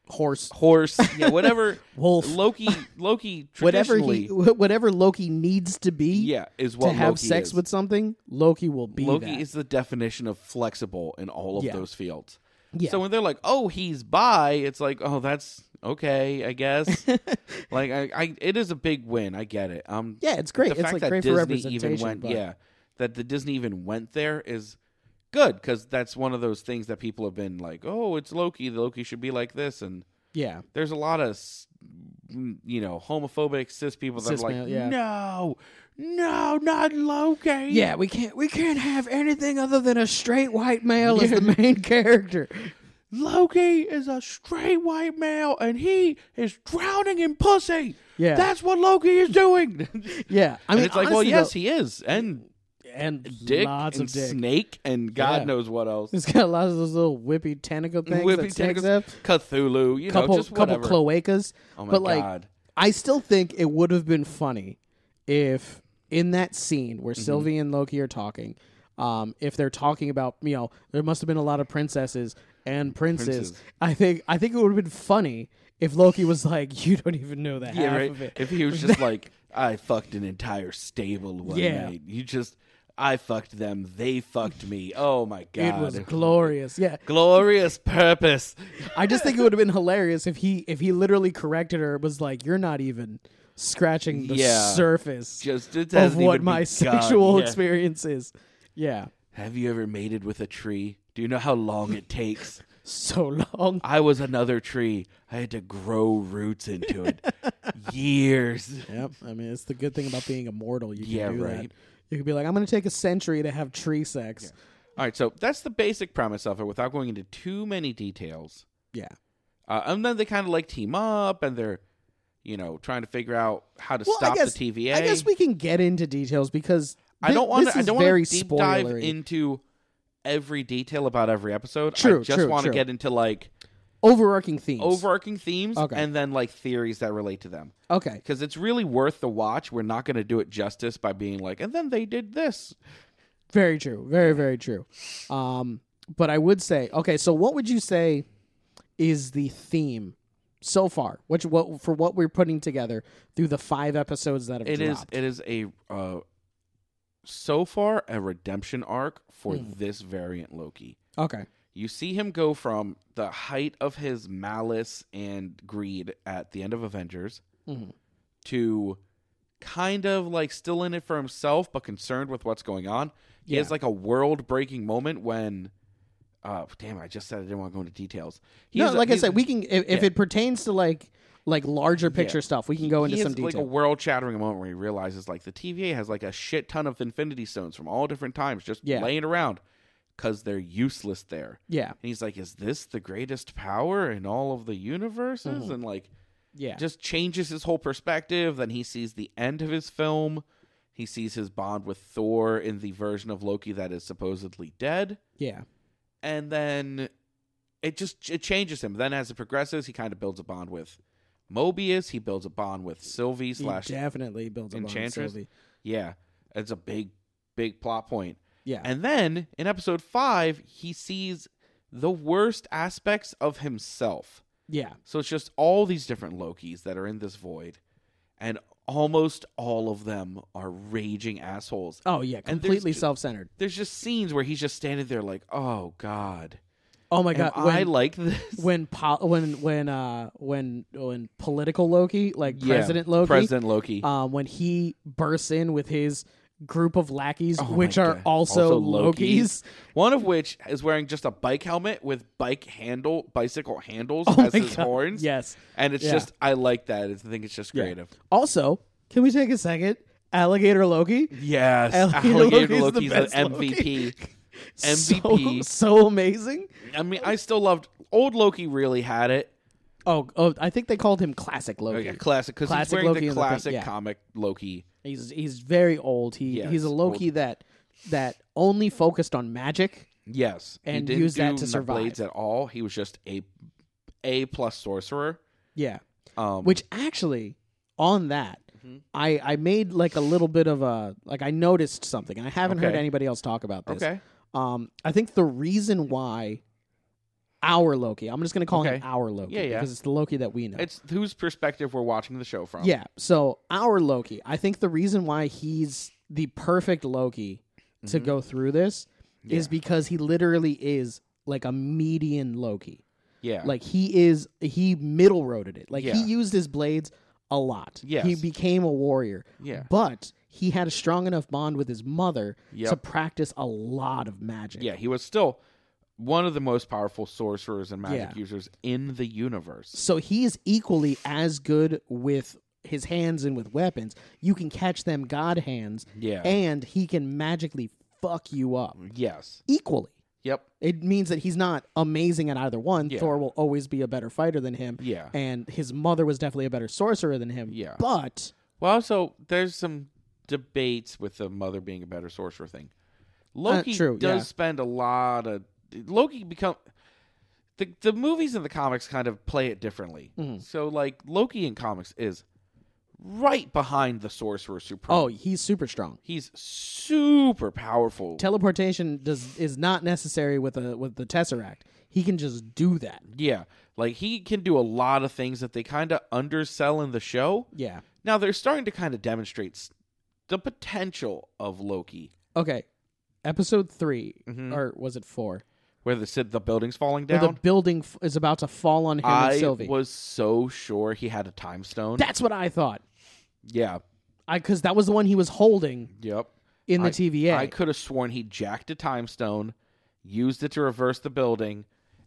A: Horse,
B: horse, yeah, whatever.
A: wolf,
B: Loki, Loki,
A: whatever
B: traditionally,
A: he, wh- whatever Loki needs to be
B: yeah, is
A: to
B: what
A: have
B: Loki
A: sex
B: is.
A: with something, Loki will be
B: Loki
A: that.
B: is the definition of flexible in all of
A: Yeah.
B: those fields.
A: Yeah.
B: So when they're like, "Oh, he's bi," it's like, "Oh, that's okay, I guess." like, I, I, it is a big win. I get it. Um,
A: yeah, it's great.
B: the
A: It's
B: fact
A: like
B: that
A: great
B: Disney
A: for representation.
B: even went,
A: but-
B: yeah, that the Disney even went there is good because that's one of those things that people have been like, oh, it's Loki. The Loki should be like this, and
A: yeah,
B: there's a lot of s- mm, you know homophobic cis people that
A: Cis
B: are like,
A: male, yeah.
B: no, no, not Loki.
A: yeah. We can't, we can't have anything other than a straight white male as the main character.
B: Loki is a straight white male, and he is drowning in pussy.
A: Yeah.
B: that's what Loki is doing.
A: Yeah, I
B: and
A: mean,
B: it's like, well,
A: honestly,
B: yes,
A: though-
B: he is, and
A: and
B: dick,
A: lots
B: and
A: of dick.
B: snake, and God
A: Yeah.
B: knows what else.
A: It's got lots of those little whippy tentacle things.
B: Whippy
A: that snakes
B: tentacles,
A: have.
B: Cthulhu, you
A: couple
B: know, just
A: couple
B: whatever.
A: cloacas.
B: oh my
A: but like,
B: god!
A: I still think it would have been funny if in that scene
B: Mm-hmm.
A: where Sylvie and Loki are talking, um, if they're talking about you know there must have been a lot of princesses and princes.
B: Princes.
A: I think I think it would have been funny if Loki was like, you don't even know the half
B: Yeah, right.
A: of it.
B: If he was just like, I fucked an entire stable one
A: Yeah.
B: night. You just, I fucked them. They fucked me. Oh my
A: It
B: god!
A: was glorious. Yeah,
B: glorious purpose.
A: I just think it would have been hilarious if he if he literally corrected her. Was like, you're not even scratching the
B: Yeah.
A: surface
B: Just it
A: of
B: hasn't
A: what
B: even
A: my
B: begun.
A: sexual
B: Yeah.
A: experience is. Yeah,
B: Have you ever mated with a tree? Do you know how long it takes?
A: so long.
B: I was another tree. I had to grow roots into it. Years.
A: Yep. I mean, it's the good thing about being immortal. You can
B: Yeah,
A: do
B: right.
A: that. You can be like, I'm going to take a century to have tree sex.
B: All right, so that's the basic premise of it without going into too many details.
A: Yeah.
B: Uh, and then they kind of like team up and they're, you know, trying to figure out how to
A: Well, I
B: stop
A: guess-
B: the TVA.
A: I guess we can get into details because
B: I
A: thi-
B: don't want
A: this
B: to. I
A: is
B: don't
A: very
B: want to deep dive
A: spoilery.
B: into every detail about every episode. I
A: True,
B: just
A: true,
B: want to
A: true.
B: get into like
A: overarching themes.
B: overarching themes
A: Okay.
B: and then like theories that relate to them.
A: okay.
B: Because it's really worth the watch. We're not going to do it justice by being like, and then they did this.
A: Very true. Very very true. Um, but I would say, okay. So what would you say is the theme so far? Which what for what we're putting together through the five episodes that have
B: It is.
A: dropped?
B: It is a uh, so far a redemption arc for
A: Hmm.
B: this variant Loki.
A: okay.
B: You see him go from the height of his malice and greed at the end of Avengers
A: Mhm.
B: to kind of like still in it for himself, but concerned with what's going on. He has
A: Yeah.
B: like a world breaking moment when, uh, damn, I just said I didn't want to go into details. He
A: no,
B: has a-
A: like I
B: he's-
A: said, we can if, if
B: yeah.
A: it pertains to like like larger picture stuff, we can go into
B: he
A: some
B: has, like a
A: detail.
B: world shattering moment where he realizes like the TVA has like a shit ton of Infinity Stones from all different times just
A: Yeah.
B: laying around because they're useless there.
A: yeah,
B: And he's like, "Is this the greatest power in all of the universes?" And like,
A: Hmm. yeah,
B: just changes his whole perspective. Then he sees the end of his film. He sees his bond with Thor in the version of Loki that is supposedly dead,
A: yeah,
B: and then it just it changes him. Then as it progresses, he kind of builds a bond with Mobius. He builds a bond with Sylvie
A: He
B: slash
A: definitely builds up on
B: Enchantress?
A: Sylvie.
B: yeah. It's a big big plot point.
A: Yeah,
B: And then in episode five, he sees the worst aspects of himself.
A: yeah,
B: So it's just all these different Lokis that are in this void, and almost all of them are raging assholes.
A: oh yeah,
B: there's
A: completely
B: ju-
A: self-centered.
B: There's just scenes where he's just standing there like, "Oh God,
A: Oh my
B: am
A: god,
B: I
A: when
B: like this?"
A: when po- when when uh when when political Loki, like
B: Yeah,
A: President Loki,
B: President Loki.
A: um, when he bursts in with his group of lackeys,
B: Oh my
A: which are
B: God.
A: also, Lokis.
B: One of which is wearing just a bike helmet with bike handle, bicycle handles
A: Oh
B: as
A: my
B: his
A: God,
B: horns.
A: Yes.
B: and it's
A: Yeah.
B: just I like that. It's, I think it's just
A: Yeah.
B: creative.
A: Also, can we take a second? Alligator Loki,
B: Yes,
A: Alligator
B: Alligator
A: Loki's
B: Loki's
A: the
B: an
A: best Loki.
B: MVP.
A: so,
B: MVP.
A: so amazing.
B: I mean, I still loved old Loki. Really had it.
A: Oh, oh, I think they called him Classic Loki.
B: Okay, classic because he's
A: Classic
B: wearing
A: Loki
B: the
A: is the thing,
B: classic
A: yeah.
B: comic Loki.
A: He's he's very old. He
B: Yeah,
A: he's a
B: he's
A: Loki that that only focused on magic.
B: Yes,
A: And
B: he didn't
A: used that
B: do
A: to
B: n-
A: survive.
B: blades at all. He was just a a plus sorcerer.
A: Yeah.
B: Um,
A: Which actually, on that,
B: Mhm.
A: I I made like a little bit of a like I noticed something, and I haven't heard
B: Okay.
A: anybody else talk about this.
B: okay,
A: Um, I think the reason why our Loki, I'm just gonna call him
B: Okay.
A: our Loki,
B: Yeah, yeah.
A: because it's the Loki that we know.
B: it's whose perspective we're watching the show from.
A: yeah. So our Loki, I think the reason why he's the perfect Loki to go through this is
B: Mm-hmm. Yeah.
A: because he literally is like a median Loki.
B: yeah,
A: Like he is he middle roaded it. Like he
B: Yeah.
A: used his blades a lot.
B: Yes.
A: He became a warrior.
B: Yeah.
A: But he had a strong enough bond with his mother to
B: Yep.
A: practice a lot of magic.
B: yeah. He was still one of the most powerful sorcerers and magic
A: Yeah.
B: users in the universe.
A: So he is equally as good with his hands and with weapons. You can catch them god hands
B: Yeah. Mm.
A: and he can magically fuck you up
B: yes.
A: equally.
B: Yep.
A: It means that he's not amazing at either one.
B: Yeah.
A: Thor will always be a better fighter than him.
B: Yeah.
A: And his mother was definitely a better sorcerer than him.
B: Yeah.
A: But
B: Well, also there's some debates with the mother being a better sorcerer thing. Loki
A: Uh, true,
B: does
A: yeah.
B: spend a lot of Loki become the the movies and the comics kind of play it differently.
A: Mm-hmm.
B: So like Loki in comics is right behind the sorcerer supreme.
A: oh, he's super strong.
B: he's super powerful.
A: Teleportation does is not necessary with a with the Tesseract. He can just do that.
B: yeah, like he can do a lot of things that they kind of undersell in the show.
A: Yeah.
B: Now they're starting to kind of demonstrate s- the potential of Loki,
A: Okay. Episode 3
B: Mhm.
A: or was it four?
B: where the Sid- the building's falling
A: Where
B: down.
A: the building f- is about to fall on him
B: I
A: and Sylvie.
B: was so sure he had a time stone.
A: That's what I thought.
B: Yeah.
A: I because that was the one he was holding
B: Yep.
A: in the
B: I-
A: TVA.
B: I could have sworn he jacked a time stone, used it to reverse the building,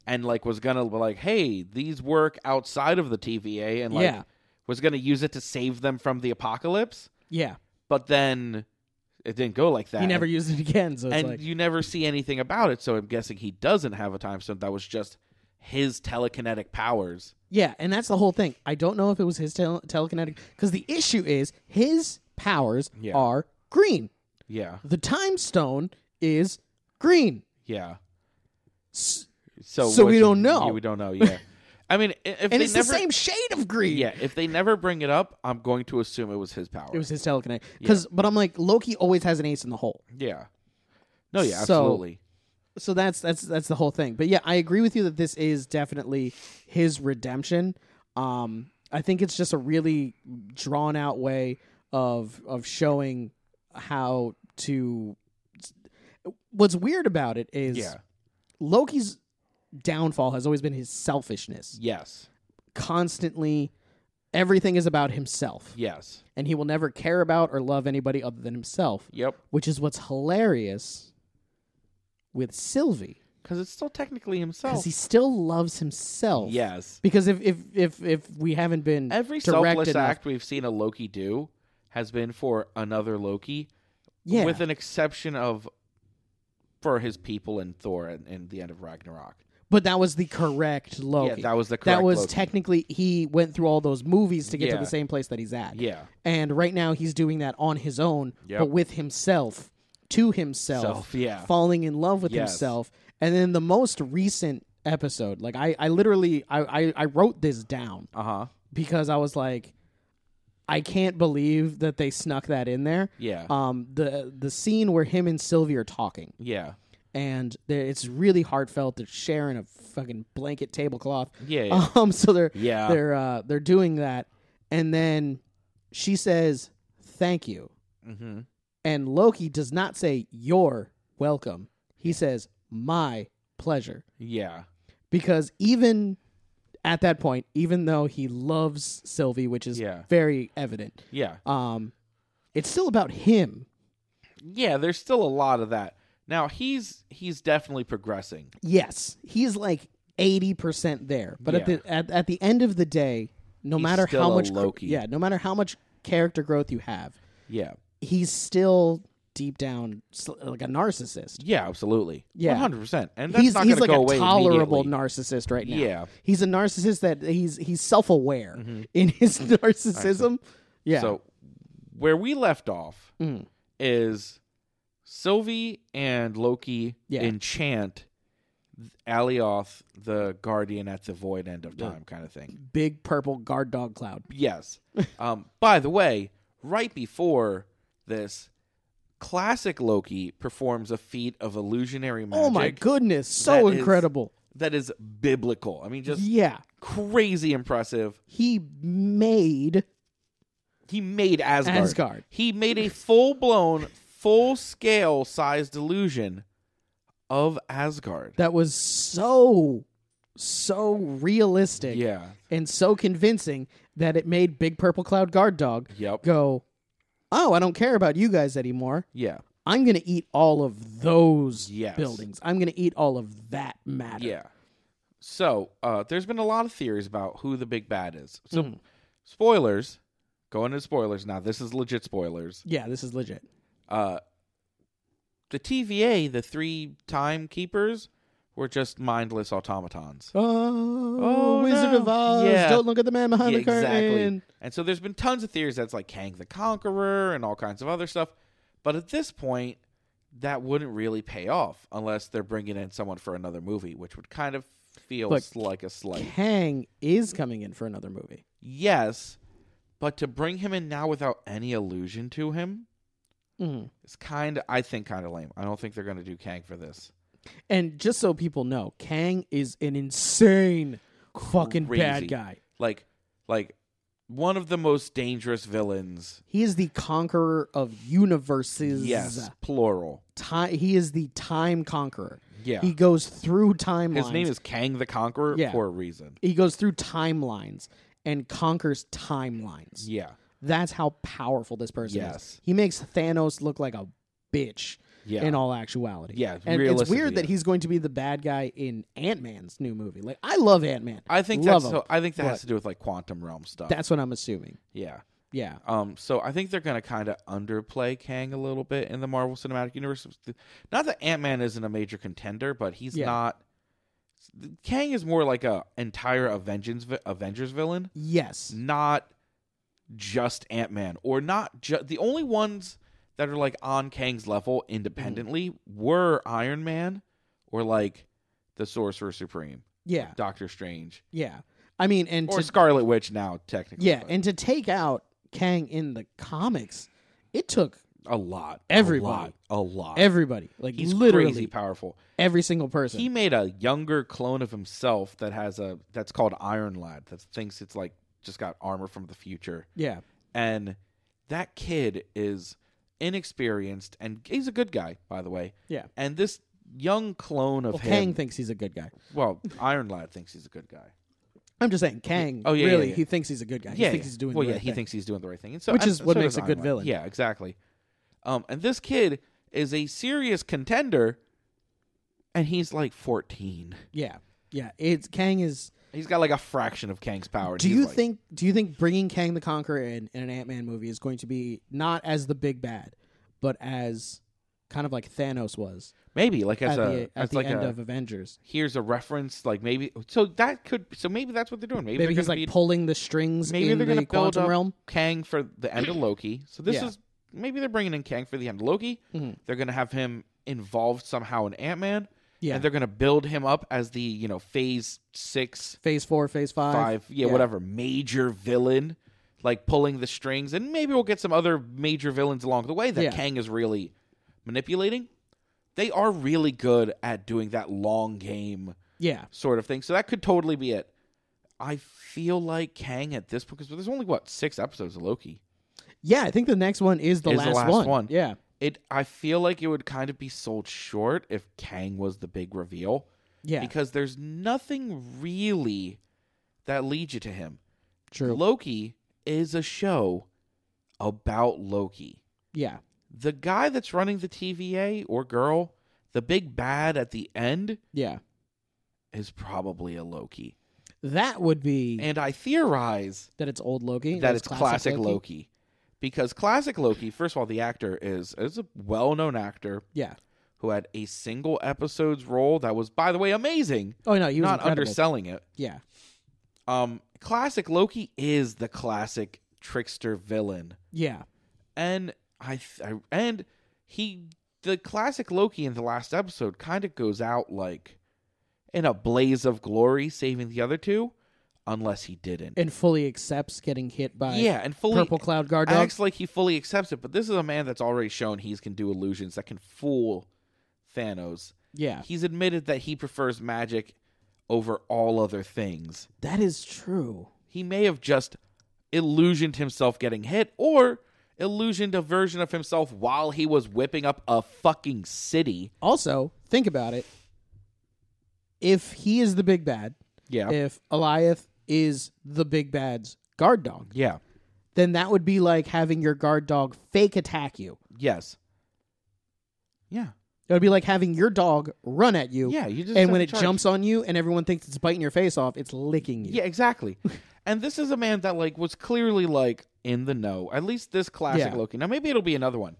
B: and like was gonna be like, hey, these work outside of the TVA, and like
A: Yeah.
B: was gonna use it to save them from the apocalypse.
A: yeah,
B: But then it didn't go like that.
A: he never used it again. So it's
B: and
A: like
B: you never see anything about it. So I'm guessing he doesn't have a time stone. That was just his telekinetic powers.
A: yeah, and that's the whole thing. I don't know if it was his tel- telekinetic because the issue is his powers
B: Yeah.
A: are green.
B: Yeah,
A: The time stone is green.
B: yeah.
A: S-
B: So
A: So we
B: which-
A: don't know.
B: We don't know. Yeah. I mean, i- if
A: and
B: they
A: it's
B: never,
A: the same shade of green.
B: yeah, if they never bring it up, I'm going to assume it was his power.
A: It was his telekinetic. Because, but I'm like Loki always has an ace in the hole,
B: Yeah. No, yeah,
A: So-
B: absolutely.
A: so that's that's that's the whole thing. But yeah, I agree with you that this is definitely his redemption. Um, I think it's just a really drawn out way of of showing how to. What's weird about it is
B: yeah.
A: Loki's downfall has always been his selfishness.
B: Yes.
A: Constantly, everything is about himself,
B: Yes.
A: and he will never care about or love anybody other than himself.
B: Yep.
A: which is what's hilarious with Sylvie
B: Because it's still technically himself.
A: because he still loves himself.
B: yes.
A: Because if if if if we haven't been
B: Every
A: direct
B: selfless
A: enough-
B: act we've seen a Loki do has been for another Loki,
A: yeah,
B: with an exception of for his people and Thor in, in the end of Ragnarok.
A: but that was the correct Loki.
B: Yeah, that was the correct.
A: That was
B: Loki.
A: technically he went through all those movies to get to
B: Yeah.
A: the same place that he's at.
B: yeah.
A: And right now he's doing that on his own,
B: Yep.
A: but with himself, to himself,
B: Self, yeah.
A: falling in love with
B: Yes.
A: himself. And then the most recent episode, like I, I literally I, I, I wrote this down.
B: Uh huh.
A: because I was like, I can't believe that they snuck that in there.
B: Yeah.
A: Um, the the scene where him and Sylvie are talking,
B: yeah.
A: and they're- it's really heartfelt. They're sharing a fucking blanket tablecloth.
B: Yeah. Yeah.
A: Um, so they're
B: Yeah.
A: they're uh, they're doing that, and then she says thank you,
B: mm-hmm.
A: and Loki does not say you're welcome. He says my pleasure
B: Yeah.
A: because even at that point, even though he loves Sylvie, which is
B: Yeah.
A: very evident,
B: Yeah.
A: um, it's still about him.
B: Yeah. There's still a lot of that. Now he's he's definitely progressing.
A: Yes, he's like eighty percent there, but at
B: Yeah.
A: the at, at the end of the day, no
B: He's
A: matter
B: still
A: how
B: a
A: much cr-
B: Loki.
A: yeah, no matter how much character growth you have,
B: Yeah.
A: he's still deep down sl- like a narcissist.
B: Yeah, absolutely.
A: Yeah.
B: one hundred percent. And that's
A: he's
B: not
A: he's
B: gonna
A: like
B: go
A: a
B: away
A: tolerable
B: immediately.
A: narcissist right now.
B: Yeah. Mm-hmm.
A: he's a narcissist that he's he's self aware in his narcissism. Yeah,
B: So where we left off
A: Mm.
B: is Sylvie and Loki
A: Yeah.
B: enchant Alioth, the guardian at the void end of time, kind of thing.
A: big purple guard dog cloud.
B: Yes. um, by the way, right before this, classic Loki performs a feat of illusionary magic
A: Oh my goodness, so
B: That is-
A: incredible.
B: that is biblical. I mean, just
A: yeah,
B: crazy impressive.
A: he made
B: He made Asgard.
A: Asgard.
B: He made a full blown, full scale sized illusion of Asgard.
A: that was so so realistic
B: Yeah.
A: and so convincing that it made Big Purple Cloud Guard Dog
B: Yep.
A: go, "Oh, I don't care about you guys anymore.
B: Yeah.
A: I'm going to eat all of those
B: Yes.
A: buildings. I'm going to eat all of that matter."
B: Yeah. So uh, there's been a lot of theories about who the big bad is. So
A: Hmm.
B: spoilers. Going into spoilers now. This is legit spoilers.
A: Yeah, this is legit.
B: Uh, the TVA, the three timekeepers, were just mindless automatons.
A: Oh,
B: Oh,
A: Wizard
B: no.
A: of Oz.
B: Yeah.
A: Don't look at the man behind
B: Yeah,
A: the curtain.
B: And so there's been tons of theories that's like Kang the Conqueror and all kinds of other stuff. But at this point, that wouldn't really pay off unless they're bringing in someone for another movie, which would kind of feel
A: But-
B: s- like a slight.
A: Kang is coming in for another movie.
B: Yes, but to bring him in now without any allusion to him
A: Mm.
B: is kind of, I think, kind of lame. I don't think they're going to do Kang for this.
A: And just so people know, Kang is an insane fucking
B: Crazy.
A: bad guy.
B: Like, like one of the most dangerous villains.
A: He is the conqueror of universes.
B: Yes, plural.
A: Ti- he is the time conqueror.
B: Yeah.
A: He goes through timelines.
B: His name is Kang the Conqueror
A: Yeah.
B: for a reason.
A: He goes through timelines and conquers timelines.
B: Yeah.
A: That's how powerful this person
B: Yes.
A: is. He makes Thanos look like a bitch
B: Yeah.
A: in all actuality.
B: Yeah,
A: and it's
B: realistically,
A: weird that
B: yeah.
A: he's going to be the bad guy in Ant Man's new movie. Like, I love Ant Man.
B: I think
A: love
B: that's
A: him.
B: so, I think that
A: But-
B: has to do with like quantum realm stuff.
A: That's what I'm assuming.
B: yeah.
A: Yeah,
B: Um, so I think they're going to kind of underplay Kang a little bit in the Marvel Cinematic Universe. Not that Ant Man isn't a major contender, but he's
A: Yeah.
B: not. Kang is more like a entire Avengers vi- Avengers villain, Mm.
A: yes,
B: not just Ant Man, or not just the only ones that are like on Kang's level independently were Iron Man or like the Sorcerer Supreme,
A: yeah,
B: Doctor Strange,
A: yeah. I mean, and
B: or
A: to
B: Scarlet Witch now technically.
A: Yeah,
B: but
A: and to take out Kang in the comics, it took
B: a lot,
A: Everybody.
B: a lot, a lot.
A: everybody, like
B: Uh, He's
A: literally
B: crazy powerful.
A: every single person.
B: He made a younger clone of himself that has a that's called Iron Lad that thinks it's like just got armor from the future.
A: yeah,
B: And that kid is inexperienced and he's a good guy, by the way.
A: yeah.
B: And this young clone of
A: Well,
B: him
A: Kang thinks he's a good guy.
B: Well, Iron Lad thinks he's a good guy.
A: I'm just saying, Kang.
B: Oh, yeah, yeah,
A: really,
B: yeah.
A: he thinks he's a good guy.
B: yeah,
A: he thinks
B: yeah.
A: he's doing.
B: well,
A: the
B: yeah,
A: right
B: he
A: thing.
B: thinks he's doing the right thing, and so
A: Which
B: and
A: is what
B: so
A: makes
B: does
A: a good
B: Iron Lad.
A: villain.
B: Yeah, exactly. Um, and this kid is a serious contender, and he's like fourteen.
A: Yeah, yeah. It's Kang is.
B: He's got like a fraction of Kang's power. and
A: Do
B: he's
A: you
B: like-
A: think? Do you think bringing Kang the Conqueror in in an Ant Man movie is going to be not as the big bad, but as kind of like Thanos was
B: maybe like
A: at
B: as a
A: the, at
B: as
A: the
B: like
A: end
B: a,
A: of Avengers?
B: here's a reference like maybe so that could so maybe that's what they're doing. Maybe,
A: Maybe
B: they're
A: he's like
B: gonna be,
A: pulling the strings
B: maybe
A: in
B: they're
A: the
B: gonna build
A: quantum
B: up
A: realm.
B: Kang for the end of Loki. So this
A: Yeah.
B: is maybe they're bringing in Kang for the end of Loki. They're gonna have him involved somehow in Ant Man.
A: Yeah.
B: and they're gonna build him up as the you know Phase Six,
A: Phase four, phase five.
B: Five, yeah, whatever major villain. Like pulling the strings, and maybe we'll get some other major villains along the way that
A: Yeah.
B: Kang is really manipulating. They are really good at doing that long game
A: Yeah.
B: sort of thing. So that could totally be it. I feel like Kang at this point because there's only what six episodes of Loki.
A: Yeah, I think the next one is the,
B: Is the
A: last,
B: last
A: one.
B: one.
A: Yeah.
B: It I feel like it would kind of be sold short if Kang was the big reveal
A: Yeah.
B: because there's nothing really that leads you to him.
A: true.
B: Loki is a show about Loki.
A: yeah.
B: The guy that's running the TVA or girl, the big bad at the end
A: Yeah.
B: is probably a Loki.
A: That would be
B: And I theorize
A: that it's old Loki.
B: that it's classic, Loki. Because classic Loki, first of all, the actor is is a well known actor
A: Yeah.
B: who had a single episode's role that was, by the way, amazing.
A: Oh no, he was
B: not
A: incredible.
B: underselling it.
A: Yeah.
B: Um, classic Loki is the classic trickster villain,
A: Yeah.
B: and I, th- I and he the classic Loki in the last episode kind of goes out like in a blaze of glory, saving the other two, unless he didn't.
A: And fully accepts getting hit by
B: yeah, and fully
A: purple cloud guard dog.
B: acts like he fully accepts it, but this is a man that's already shown he can do illusions that can fool Thanos.
A: yeah.
B: He's admitted that he prefers magic over all other things.
A: That is true.
B: He may have just illusioned himself getting hit or illusioned a version of himself while he was whipping up a fucking city.
A: Also, think about it. If he is the big bad,
B: Yeah.
A: if Eliath is the big bad's guard dog,
B: yeah.
A: then that would be like having your guard dog fake attack you.
B: Yes. Yeah.
A: It would be like having your dog run at you.
B: Yeah, you just have
A: and when
B: to
A: it
B: charge.
A: jumps on you and everyone thinks it's biting your face off, it's licking you.
B: Yeah, exactly. and this is a man that like was clearly like in the know. At least this classic
A: Yeah.
B: Loki. Now maybe it'll be another one.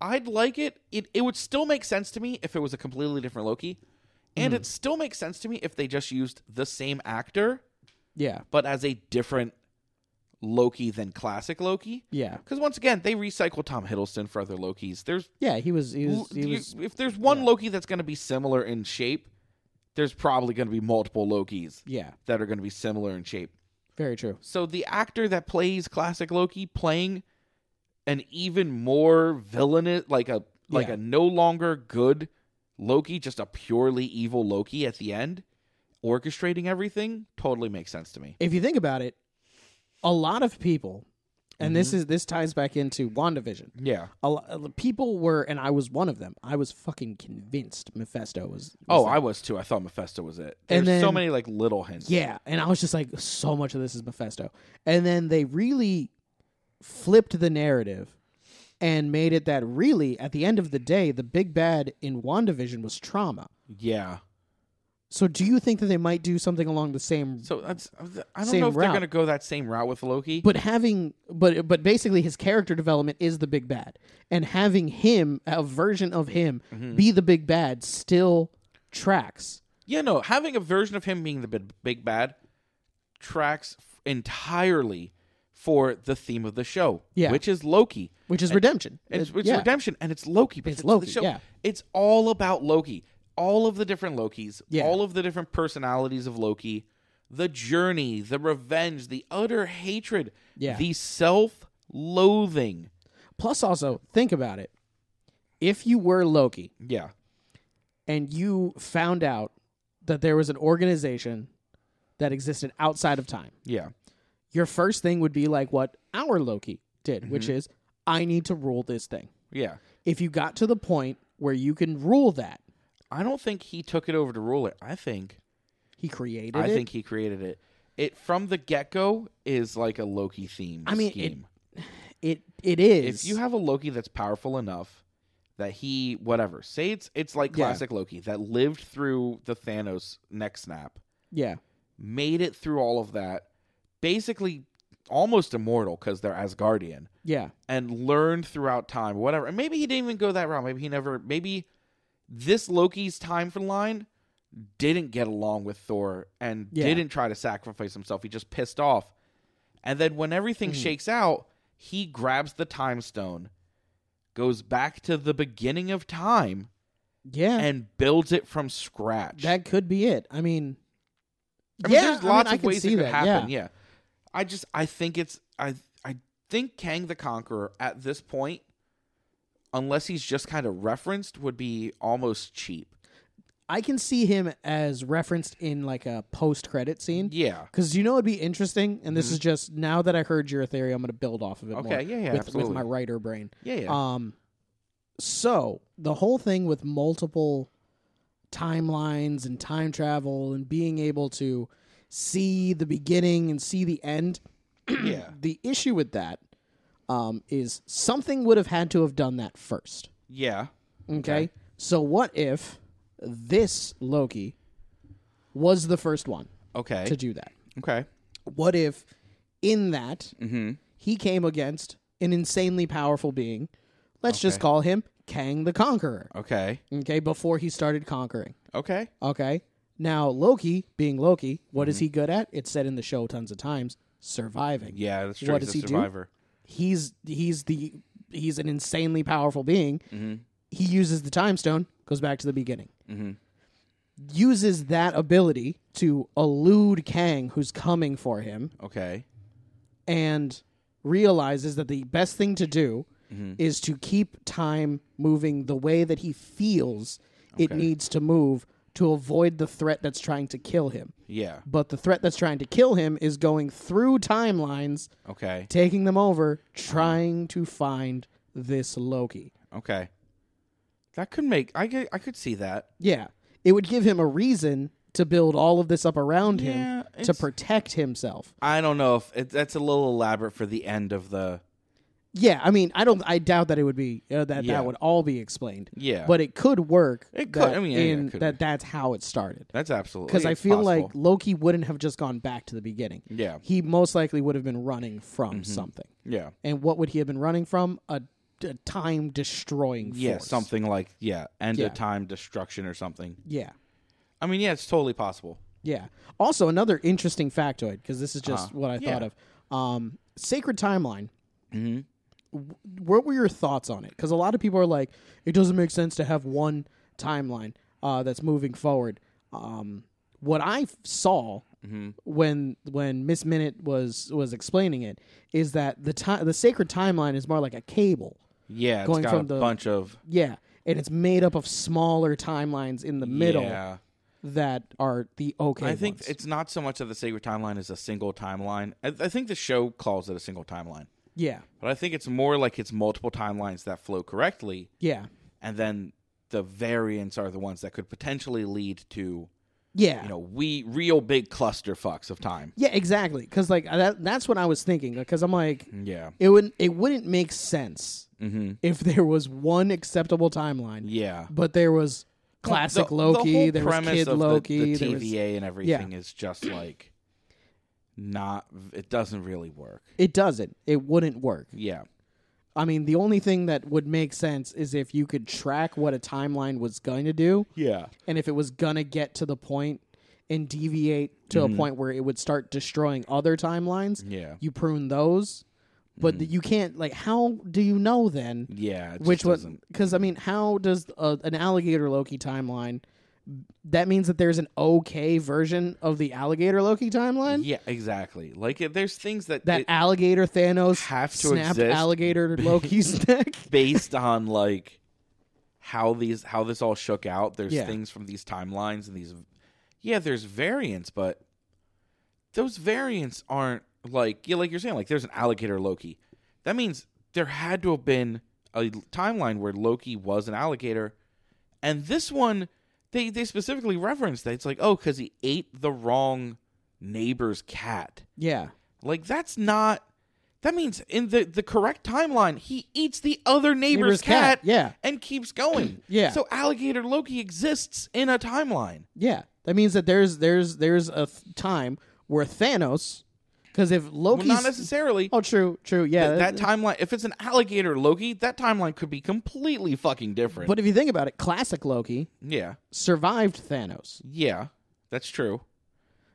B: I'd like it. It it would still make sense to me if it was a completely different Loki. And
A: Hmm.
B: it still makes sense to me if they just used the same actor
A: Yeah.
B: but as a different Loki than classic Loki.
A: Yeah.
B: Because once again, they recycle Tom Hiddleston for other Lokis. There's
A: Yeah, he was he was he
B: you-
A: was
B: if there's one Loki that's going to be similar in shape, there's probably going to be multiple Lokis
A: yeah,
B: that are going to be similar in shape.
A: very true.
B: So the actor that plays classic Loki playing an even more villainous, like a like
A: Yeah.
B: a no longer good Loki, just a purely evil Loki at the end, orchestrating everything, totally makes sense to me.
A: If you think about it, a lot of people and this
B: Mm-hmm.
A: is this ties back into WandaVision.
B: Yeah.
A: A lot of people were and I was one of them. I was fucking convinced Mephisto was, was
B: Oh,
A: the-
B: I was too. I thought Mephisto was it. There's
A: And
B: so
A: then-
B: many like little hints.
A: Yeah, and I was just like, so much of this is Mephisto, and then they really flipped the narrative and made it that really at the end of the day the big bad in WandaVision was trauma.
B: Yeah.
A: So do you think that they might do something along the same
B: So that's I don't
A: Same
B: know if they're
A: route.
B: going to go that same route with Loki.
A: but having but but basically his character development is the big bad and having him a version of him
B: Mm-hmm.
A: be the big bad still tracks
B: yeah, no, having a version of him being the big, big bad tracks f- entirely for the theme of the show,
A: Yeah.
B: which is Loki.
A: which is redemption
B: It's,
A: It-
B: it's
A: yeah.
B: redemption, and it's Loki. because
A: It's Loki,
B: The show.
A: yeah.
B: It's all about Loki. All of the different Lokis,
A: Yeah.
B: all of the different personalities of Loki, the journey, the revenge, the utter hatred,
A: Yeah.
B: the self-loathing.
A: plus also think about it if you were loki
B: Yeah,
A: and you found out that there was an organization that existed outside of time
B: yeah,
A: your first thing would be like what our loki did
B: Mm-hmm.
A: which is i need to rule this thing
B: yeah.
A: if you got to the point where you can rule that
B: I don't think he took it over to rule it. I think
A: he created
B: I
A: it
B: think he created it. It from the get go is like a Loki theme.
A: I mean, it
B: scheme.
A: it it is
B: if you have a Loki that's powerful enough that he whatever say it's it's like
A: Yeah.
B: classic Loki that lived through the Thanos neck snap,
A: yeah
B: made it through all of that, basically almost immortal because they're Asgardian
A: yeah
B: and learned throughout time whatever. And maybe he didn't even go that route. Maybe he never. Maybe this Loki's time for line didn't get along with Thor and
A: Yeah.
B: didn't try to sacrifice himself. He just pissed off. And then when everything shakes out, he grabs the time stone, goes back to the beginning of time,
A: yeah
B: and builds it from scratch.
A: that could be it i mean
B: I mean,
A: yeah
B: there's lots
A: I mean, I
B: of
A: can
B: ways
A: see
B: it could
A: that
B: happen.
A: yeah.
B: Yeah. I just I think it's I I think Kang the Conqueror at this point, unless he's just kind of referenced, would be almost cheap.
A: i can see him as referenced in like a post credit scene
B: Yeah.
A: Because you know it'd be interesting, and this is just now that I heard your theory, I'm going to build off of it.
B: Mm-hmm. Okay,
A: more
B: yeah, yeah,
A: with, with
B: absolutely.
A: my writer brain.
B: Yeah, yeah.
A: Um, so the whole thing with multiple timelines and time travel and being able to see the beginning and see the end.
B: yeah.
A: The issue with that um, is something would have had to have done that first.
B: Yeah.
A: Okay? So what if this Loki was the first one
B: Okay.
A: to do that?
B: Okay.
A: what if in that
B: Mm-hmm.
A: he came against an insanely powerful being let's just
B: Okay.
A: call him kang the conqueror
B: Okay.
A: okay before he started conquering
B: Okay.
A: okay now loki being loki what is
B: Mm-hmm.
A: he good at it's said in the show tons of times surviving
B: Yeah, that's true.
A: What
B: He's
A: does
B: a
A: he do?
B: survivor.
A: he's he's the he's an insanely powerful being
B: Mm-hmm.
A: he uses the time stone goes back to the beginning uses that ability to elude kang who's coming for him
B: Okay.
A: and realizes that the best thing to do
B: Mm-hmm.
A: is to keep time moving the way that he feels it
B: Okay.
A: needs to move to avoid the threat that's trying to kill him.
B: Yeah.
A: But the threat that's trying to kill him is going through timelines,
B: Okay.
A: taking them over, trying to find this Loki.
B: Okay. That could make I could I could see that.
A: Yeah. It would give him a reason to build all of this up around
B: Yeah,
A: him to
B: it's-
A: protect himself.
B: I don't know if it, that's a little elaborate for the end of the
A: Yeah, I mean, I don't I doubt that it would be uh, that
B: Yeah.
A: that would all be explained.
B: yeah.
A: but it could work.
B: It could- I
A: that
B: mean, yeah, yeah, it
A: in-
B: could
A: that that's how it started.
B: that's absolutely
A: Because I
B: it's
A: feel
B: possible.
A: like Loki wouldn't have just gone back to the beginning.
B: Yeah. Mm-hmm.
A: He most likely would have been running from something.
B: Yeah.
A: And what would he have been running from? A, a time destroying force.
B: Yeah, something like yeah, end
A: Yeah.
B: of time destruction or something.
A: Yeah.
B: I mean, yeah, it's totally possible.
A: Yeah. Also, another interesting factoid because this is just
B: Uh-huh.
A: what I thought
B: Yeah. Mm-hmm.
A: of. Um, Sacred Timeline. W- what were your thoughts on it? Because a lot of people are like, it doesn't make sense to have one timeline uh, that's moving forward. Um, what I f- saw
B: Mm-hmm.
A: when when Miss Minute was was explaining it is that the ti- the sacred timeline is more like a cable.
B: Yeah, it's
A: Going
B: got a
A: from the
B: bunch of
A: Yeah. And it's made up of smaller timelines in the middle
B: Yeah,
A: that are the okay.
B: I think
A: ones.
B: it's not so much that the sacred timeline is a single timeline. I, I think the show calls it a single timeline,
A: yeah,
B: but I think it's more like it's multiple timelines that flow correctly,
A: yeah,
B: and then the variants are the ones that could potentially lead to
A: Yeah.
B: you know, we real big cluster fucks of time.
A: Yeah, exactly. Because like that, that's what I was thinking. Because I'm like,
B: Yeah.
A: it would it wouldn't make sense if there was one acceptable timeline.
B: Mm-hmm. Yeah.
A: but there was classic
B: The- the
A: Loki.
B: whole
A: there was
B: premise
A: Kid
B: of the-
A: Loki.
B: the,
A: there was-
B: TVA and everything is just like not. It doesn't really work.
A: it doesn't. It wouldn't work.
B: Yeah.
A: I mean, the only thing that would make sense is if you could track what a timeline was going to do,
B: Yeah.
A: and if it was gonna get to the point and deviate to a point where it would start destroying other timelines.
B: Mm-hmm. Yeah.
A: you prune those, but the- you can't. Like, how do you know then?
B: Yeah. It
A: which
B: just
A: was
B: doesn't-
A: because I mean, how does uh, an alligator Loki timeline? That means that there's an okay version of the alligator Loki timeline.
B: Yeah. Exactly. Like it, there's things that
A: That
B: it-
A: alligator Thanos
B: have to
A: snapped
B: exist.
A: alligator Loki's neck.
B: based on like how these how this all shook out. There's
A: Yeah.
B: things from these timelines and these Yeah, there's variants, but those variants aren't like yeah, like you're saying, like there's an alligator Loki. That means there had to have been a timeline where Loki was an alligator. And this one they they specifically referenced that it's like, oh, because he ate the wrong neighbor's cat.
A: Yeah,
B: Like that's not. That means in the the correct timeline, he eats the other neighbor's,
A: Neighbor's
B: cat,
A: cat, yeah.
B: and keeps going.
A: Yeah.
B: So alligator Loki exists in a timeline.
A: yeah. That means that there's there's there's a th- time where Thanos, because if
B: Well,
A: Loki's
B: not necessarily.
A: oh true true yeah
B: that timeline, if it's an alligator Loki, that timeline could be completely fucking different.
A: But if you think about it, classic Loki
B: yeah,
A: survived Thanos.
B: yeah, that's true.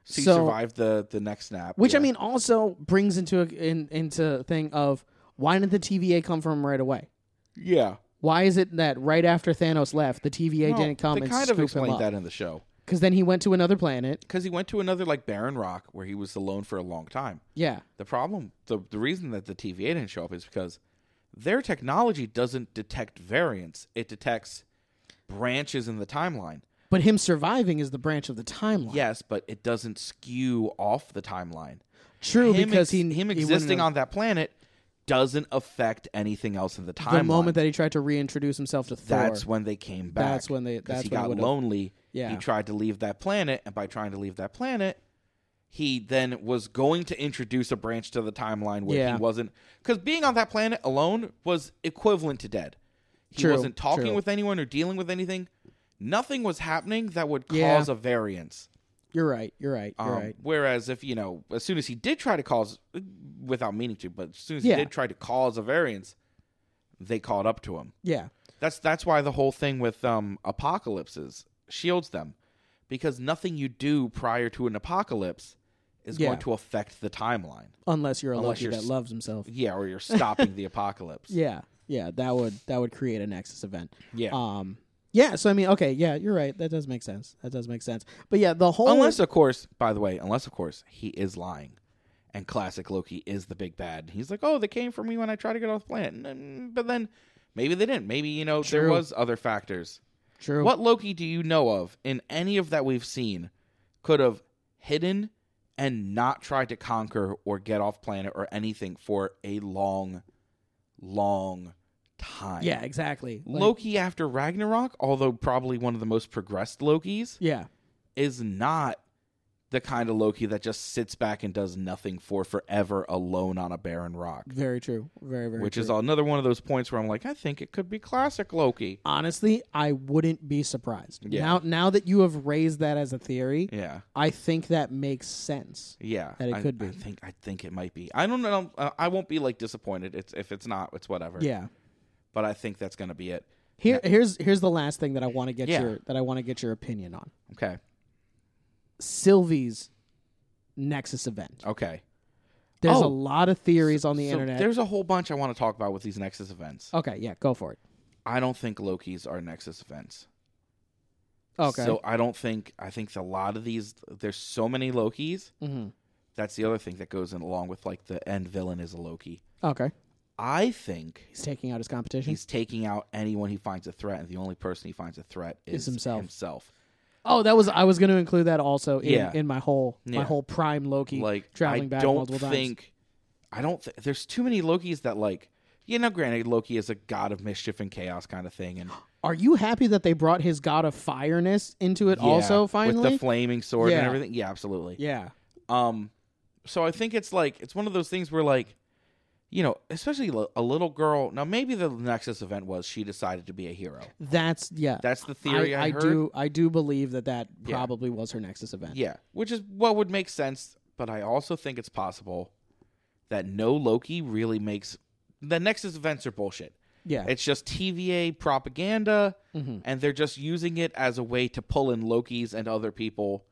B: So he
A: So-
B: survived the the next snap,
A: Which
B: yeah.
A: I mean also brings into a, in, into a thing of why didn't the TVA come from right away?
B: yeah.
A: Why is it that right after Thanos left, the TVA
B: Well,
A: didn't come
B: they
A: and
B: kind
A: scoop
B: of explained
A: him
B: that
A: up?
B: in the show
A: Because then he went to another planet.
B: because he went to another like barren rock where he was alone for a long time.
A: Yeah,
B: The problem, the, the reason that the TVA didn't show up is because their technology doesn't detect variants, it detects branches in the timeline.
A: but him surviving is the branch of the timeline.
B: Yes, but it doesn't skew off the timeline.
A: true
B: Him
A: because
B: ex-
A: he
B: him
A: he wouldn't
B: existing
A: have-
B: on that planet doesn't affect anything else in the timeline.
A: the moment that he tried to reintroduce himself to Thor.
B: that's when they came back.
A: That's when they-
B: 'Cause
A: that's
B: he
A: when it
B: got
A: would've-
B: lonely.
A: Yeah.
B: he tried to leave that planet, and by trying to leave that planet, he then was going to introduce a branch to the timeline where
A: Yeah.
B: he wasn't because being on that planet alone was equivalent to dead. He
A: True,
B: wasn't talking
A: true.
B: with anyone or dealing with anything. Nothing was happening that would cause
A: Yeah.
B: a variance.
A: you're right. You're right. You're
B: Um,
A: right.
B: Whereas if you know, as soon as he did try to cause, without meaning to, but as soon as
A: Yeah.
B: he did try to cause a variance, they caught up to him.
A: Yeah.
B: That's that's why the whole thing with um apocalypses shields them because nothing you do prior to an apocalypse is
A: Yeah.
B: going to affect the timeline.
A: Unless you're a
B: Unless
A: Loki
B: you're
A: that
B: s-
A: loves himself.
B: Yeah, or you're stopping the apocalypse.
A: Yeah. Yeah. That would that would create a Nexus event.
B: Yeah.
A: Um. Yeah. So I mean, okay. Yeah, you're right. That does make sense. That does make sense. But yeah, the whole
B: Unless of course, by the way, unless of course he is lying. And classic Loki is the big bad. He's like, "Oh, they came for me when I tried to get off the planet." And then- But then maybe they didn't. Maybe, you know, there
A: True.
B: was other factors.
A: true.
B: What Loki do you know of in any of that we've seen could have hidden and not tried to conquer or get off planet or anything for a long, long time?
A: Yeah. Exactly. Like,
B: Loki after Ragnarok, although probably one of the most progressed Lokis,
A: Yeah.
B: is not the kind of Loki that just sits back and does nothing for forever alone on a barren rock.
A: Very true. Very very.
B: Which
A: true.
B: is another one of those points where I'm like, I think it could be classic Loki.
A: honestly, I wouldn't be surprised.
B: Yeah.
A: Now now that you have raised that as a theory,
B: Yeah.
A: I think that makes sense.
B: Yeah,
A: that it
B: I,
A: could be.
B: I think I think it might be. I don't know. uh, I won't be like disappointed. It's if it's not, it's whatever.
A: Yeah.
B: But I think that's gonna be it.
A: Here here's here's the last thing that I want to get
B: Yeah.
A: your that I want to get your opinion on.
B: Okay.
A: Sylvie's Nexus event.
B: Okay.
A: There's
B: Oh.
A: a lot of theories on the
B: So
A: internet.
B: there's a whole bunch I want to talk about with these Nexus events.
A: Okay, yeah, go for it.
B: I don't think Loki's are Nexus events.
A: Okay.
B: So I don't think I think a lot of these. There's so many Lokis.
A: Mhm.
B: That's the other thing that goes in along with like the end villain is a Loki.
A: Okay.
B: I think
A: He's taking out his competition.
B: he's taking out anyone he finds a threat, and the only person he finds a threat
A: Is
B: is,
A: himself.
B: Himself.
A: oh, that was I was going to include that also in,
B: Yeah.
A: in my whole my
B: Yeah.
A: whole prime Loki
B: like
A: traveling
B: I
A: back
B: don't
A: multiple times.
B: think I don't th- there's too many Lokis that like you know, granted, Loki is a god of mischief and chaos kind of thing, and
A: Are you happy that they brought his god of fireness into it
B: Yeah,
A: also
B: with
A: finally?
B: the flaming sword
A: Yeah.
B: and everything. Yeah, absolutely.
A: yeah.
B: Um, so I think it's like it's one of those things where like, you know, especially li- a little girl. Now maybe the Nexus event was she decided to be a hero.
A: That's yeah.
B: That's the theory I,
A: I,
B: heard.
A: do I do believe that that
B: Yeah.
A: probably was her Nexus event.
B: Yeah, which is what would make sense. But I also think it's possible that no Loki really makes the Nexus events are bullshit.
A: Yeah.
B: It's just TVA propaganda,
A: Mhm.
B: and they're just using it as a way to pull in Lokis and other people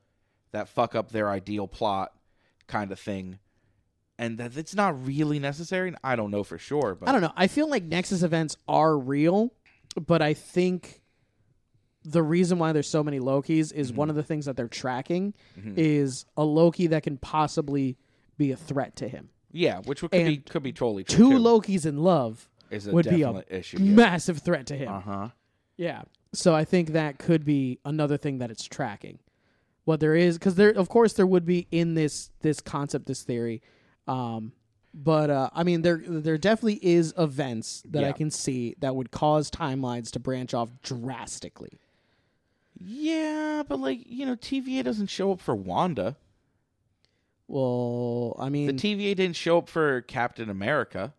B: that fuck up their ideal plot, kind of thing. And that it's not really necessary. and I don't know for sure, but
A: I don't know. I feel like Nexus events are real, but I think the reason why there's so many Lokis is
B: Mm-hmm.
A: one of the things that they're tracking is a Loki that can possibly be a threat to him.
B: yeah, which would, could be
A: And
B: could be totally true.
A: Two
B: too,
A: Lokis in love
B: is a
A: would be a
B: definite issue.
A: massive threat to him.
B: Uh huh.
A: Yeah. So I think that could be another thing that it's tracking. What there is cuz there of course there would be in this this concept this theory um but uh, I mean, there there definitely is events that I
B: Yeah.
A: can see that would cause timelines to branch off drastically.
B: Yeah, but like you know, TVA doesn't show up for Wanda.
A: Well, I
B: The
A: mean,
B: TVA didn't show up for Captain America.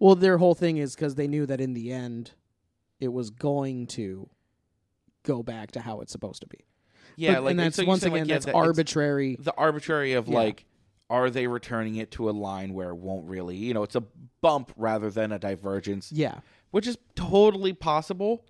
A: well, their whole thing is because they knew that in the end, it was going to go back to how it's supposed to be.
B: Yeah,
A: But-
B: like
A: and that's
B: so you
A: once
B: said,
A: again
B: like, yeah,
A: that's
B: that it's-
A: arbitrary.
B: the arbitrary of
A: Yeah.
B: like are they returning it to a line where it won't really you know it's a bump rather than a divergence
A: Yeah,
B: which is totally possible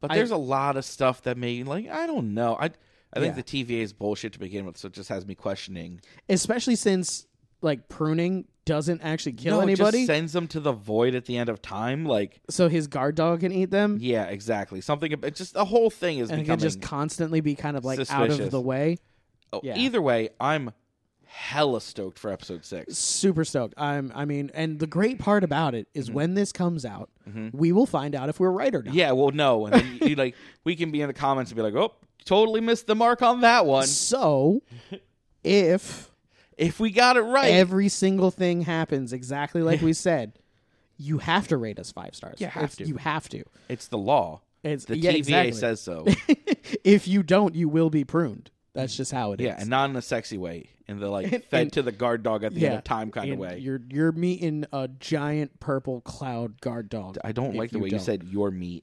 B: but
A: I-
B: there's a lot of stuff that may like i don't know i i
A: Yeah.
B: think the tva is bullshit to begin with so it just has me questioning
A: especially since like pruning doesn't actually kill
B: No, it just
A: anybody,
B: sends them to the void at the end of time like
A: so his guard dog can eat them,
B: yeah exactly something ab- it's just the whole thing is
A: and it
B: becoming
A: can just constantly be kind of like out of
B: suspicious.
A: the way.
B: oh,
A: yeah.
B: either way i'm hella stoked for episode six
A: Super stoked. I'm. I mean, and the great part about it is when this comes out, we will find out if we're right or not.
B: Mm-hmm. Yeah, well, no, and then you, you, like we can be in the comments and be like, "Oh, totally missed the mark on that one."
A: So, if
B: If we got it right,
A: every single thing happens exactly like we said, you have to rate us five stars.
B: You have
A: It's-
B: to.
A: You have to.
B: it's the law.
A: It's
B: The
A: yeah,
B: TVA
A: exactly.
B: says so.
A: if you don't, you will be pruned. That's just how it is.
B: yeah, and not in a sexy way, in the like fed
A: and-
B: to the guard dog at the end
A: yeah,
B: of time kind of
A: And
B: way.
A: You're you're meeting a giant purple cloud guard dog.
B: I don't
A: if
B: like the way you
A: don't.
B: said your meat.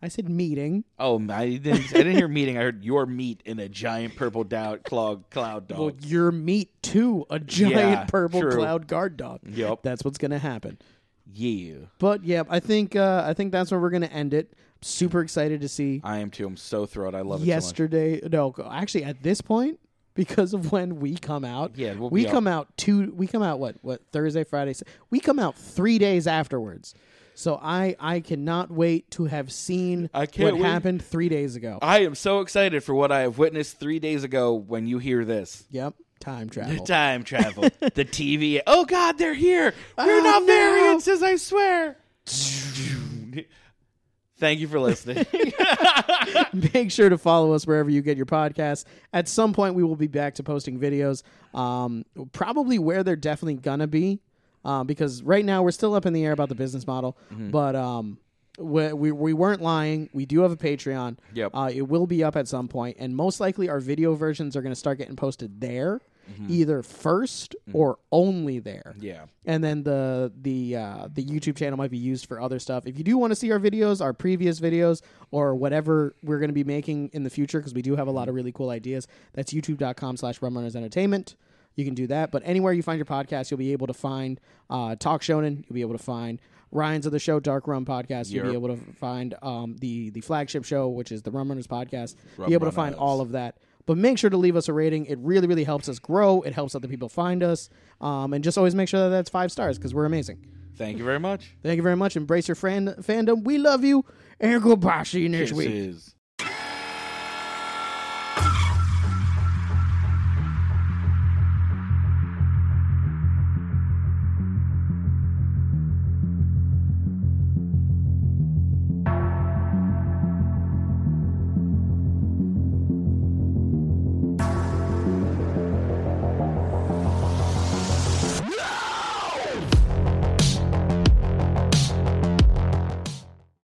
A: I said meeting.
B: Oh, I didn't. I didn't hear meeting. I heard your meat in a giant purple dou- clog, cloud dog.
A: Well, your meat to a giant
B: Oh, Yeah,
A: purple
B: true.
A: cloud guard dog.
B: Yup.
A: That's what's gonna happen.
B: yeah,
A: But yeah, I think uh, I think that's where we're gonna end it. Super excited to see
B: I am too. I'm so thrilled. I love it so much.
A: yesterday. No, actually, at this point, because of when we come out,
B: Yeah, we'll
A: we
B: be
A: come out two. We come out what what Thursday, Friday. Sa- We come out three days afterwards. So I I cannot wait to have seen
B: I can't
A: what
B: wait.
A: happened three days ago.
B: I am so excited for what I have witnessed three days ago. When you hear this.
A: yep, time travel.
B: Time travel. the TV. Oh God, they're here.
A: Oh,
B: We're not
A: no.
B: variances, I swear. Thank you for listening.
A: Make sure to follow us wherever you get your podcasts. At some point, we will be back to posting videos, um, probably where they're definitely gonna be, um, because right now we're still up in the air about the business model.
B: Mm-hmm.
A: But um, we, we we weren't lying. We do have a Patreon.
B: Yep.
A: Uh, it will be up at some point, and most likely our video versions are gonna start getting posted there, either 1st or only there
B: Mm-hmm. Mm. yeah.
A: and then the the uh, the YouTube channel might be used for other stuff. If you do want to see our videos, our previous videos, or whatever we're going to be making in the future, because we do have a
B: Mm-hmm.
A: lot of really cool ideas. That's YouTube.com/slash Rumrunners Entertainment. You can do that. But anywhere you find your podcast, you'll be able to find uh, Talk Shonen. You'll be able to find Ryan's other show, Dark Rum Podcast. You'll be
B: Yep.
A: able to find um, the the flagship show, which is the Rum Runners Podcast. be able to find
B: Runners.
A: all all of that. But make sure to leave us a rating. It really, really helps us grow. It helps other people find us. Um, and just always make sure that that's five stars because we're amazing.
B: Thank you very much.
A: Thank you very much. Embrace your fan- fandom. We love you. And goodbye. See you next week.
B: Kisses.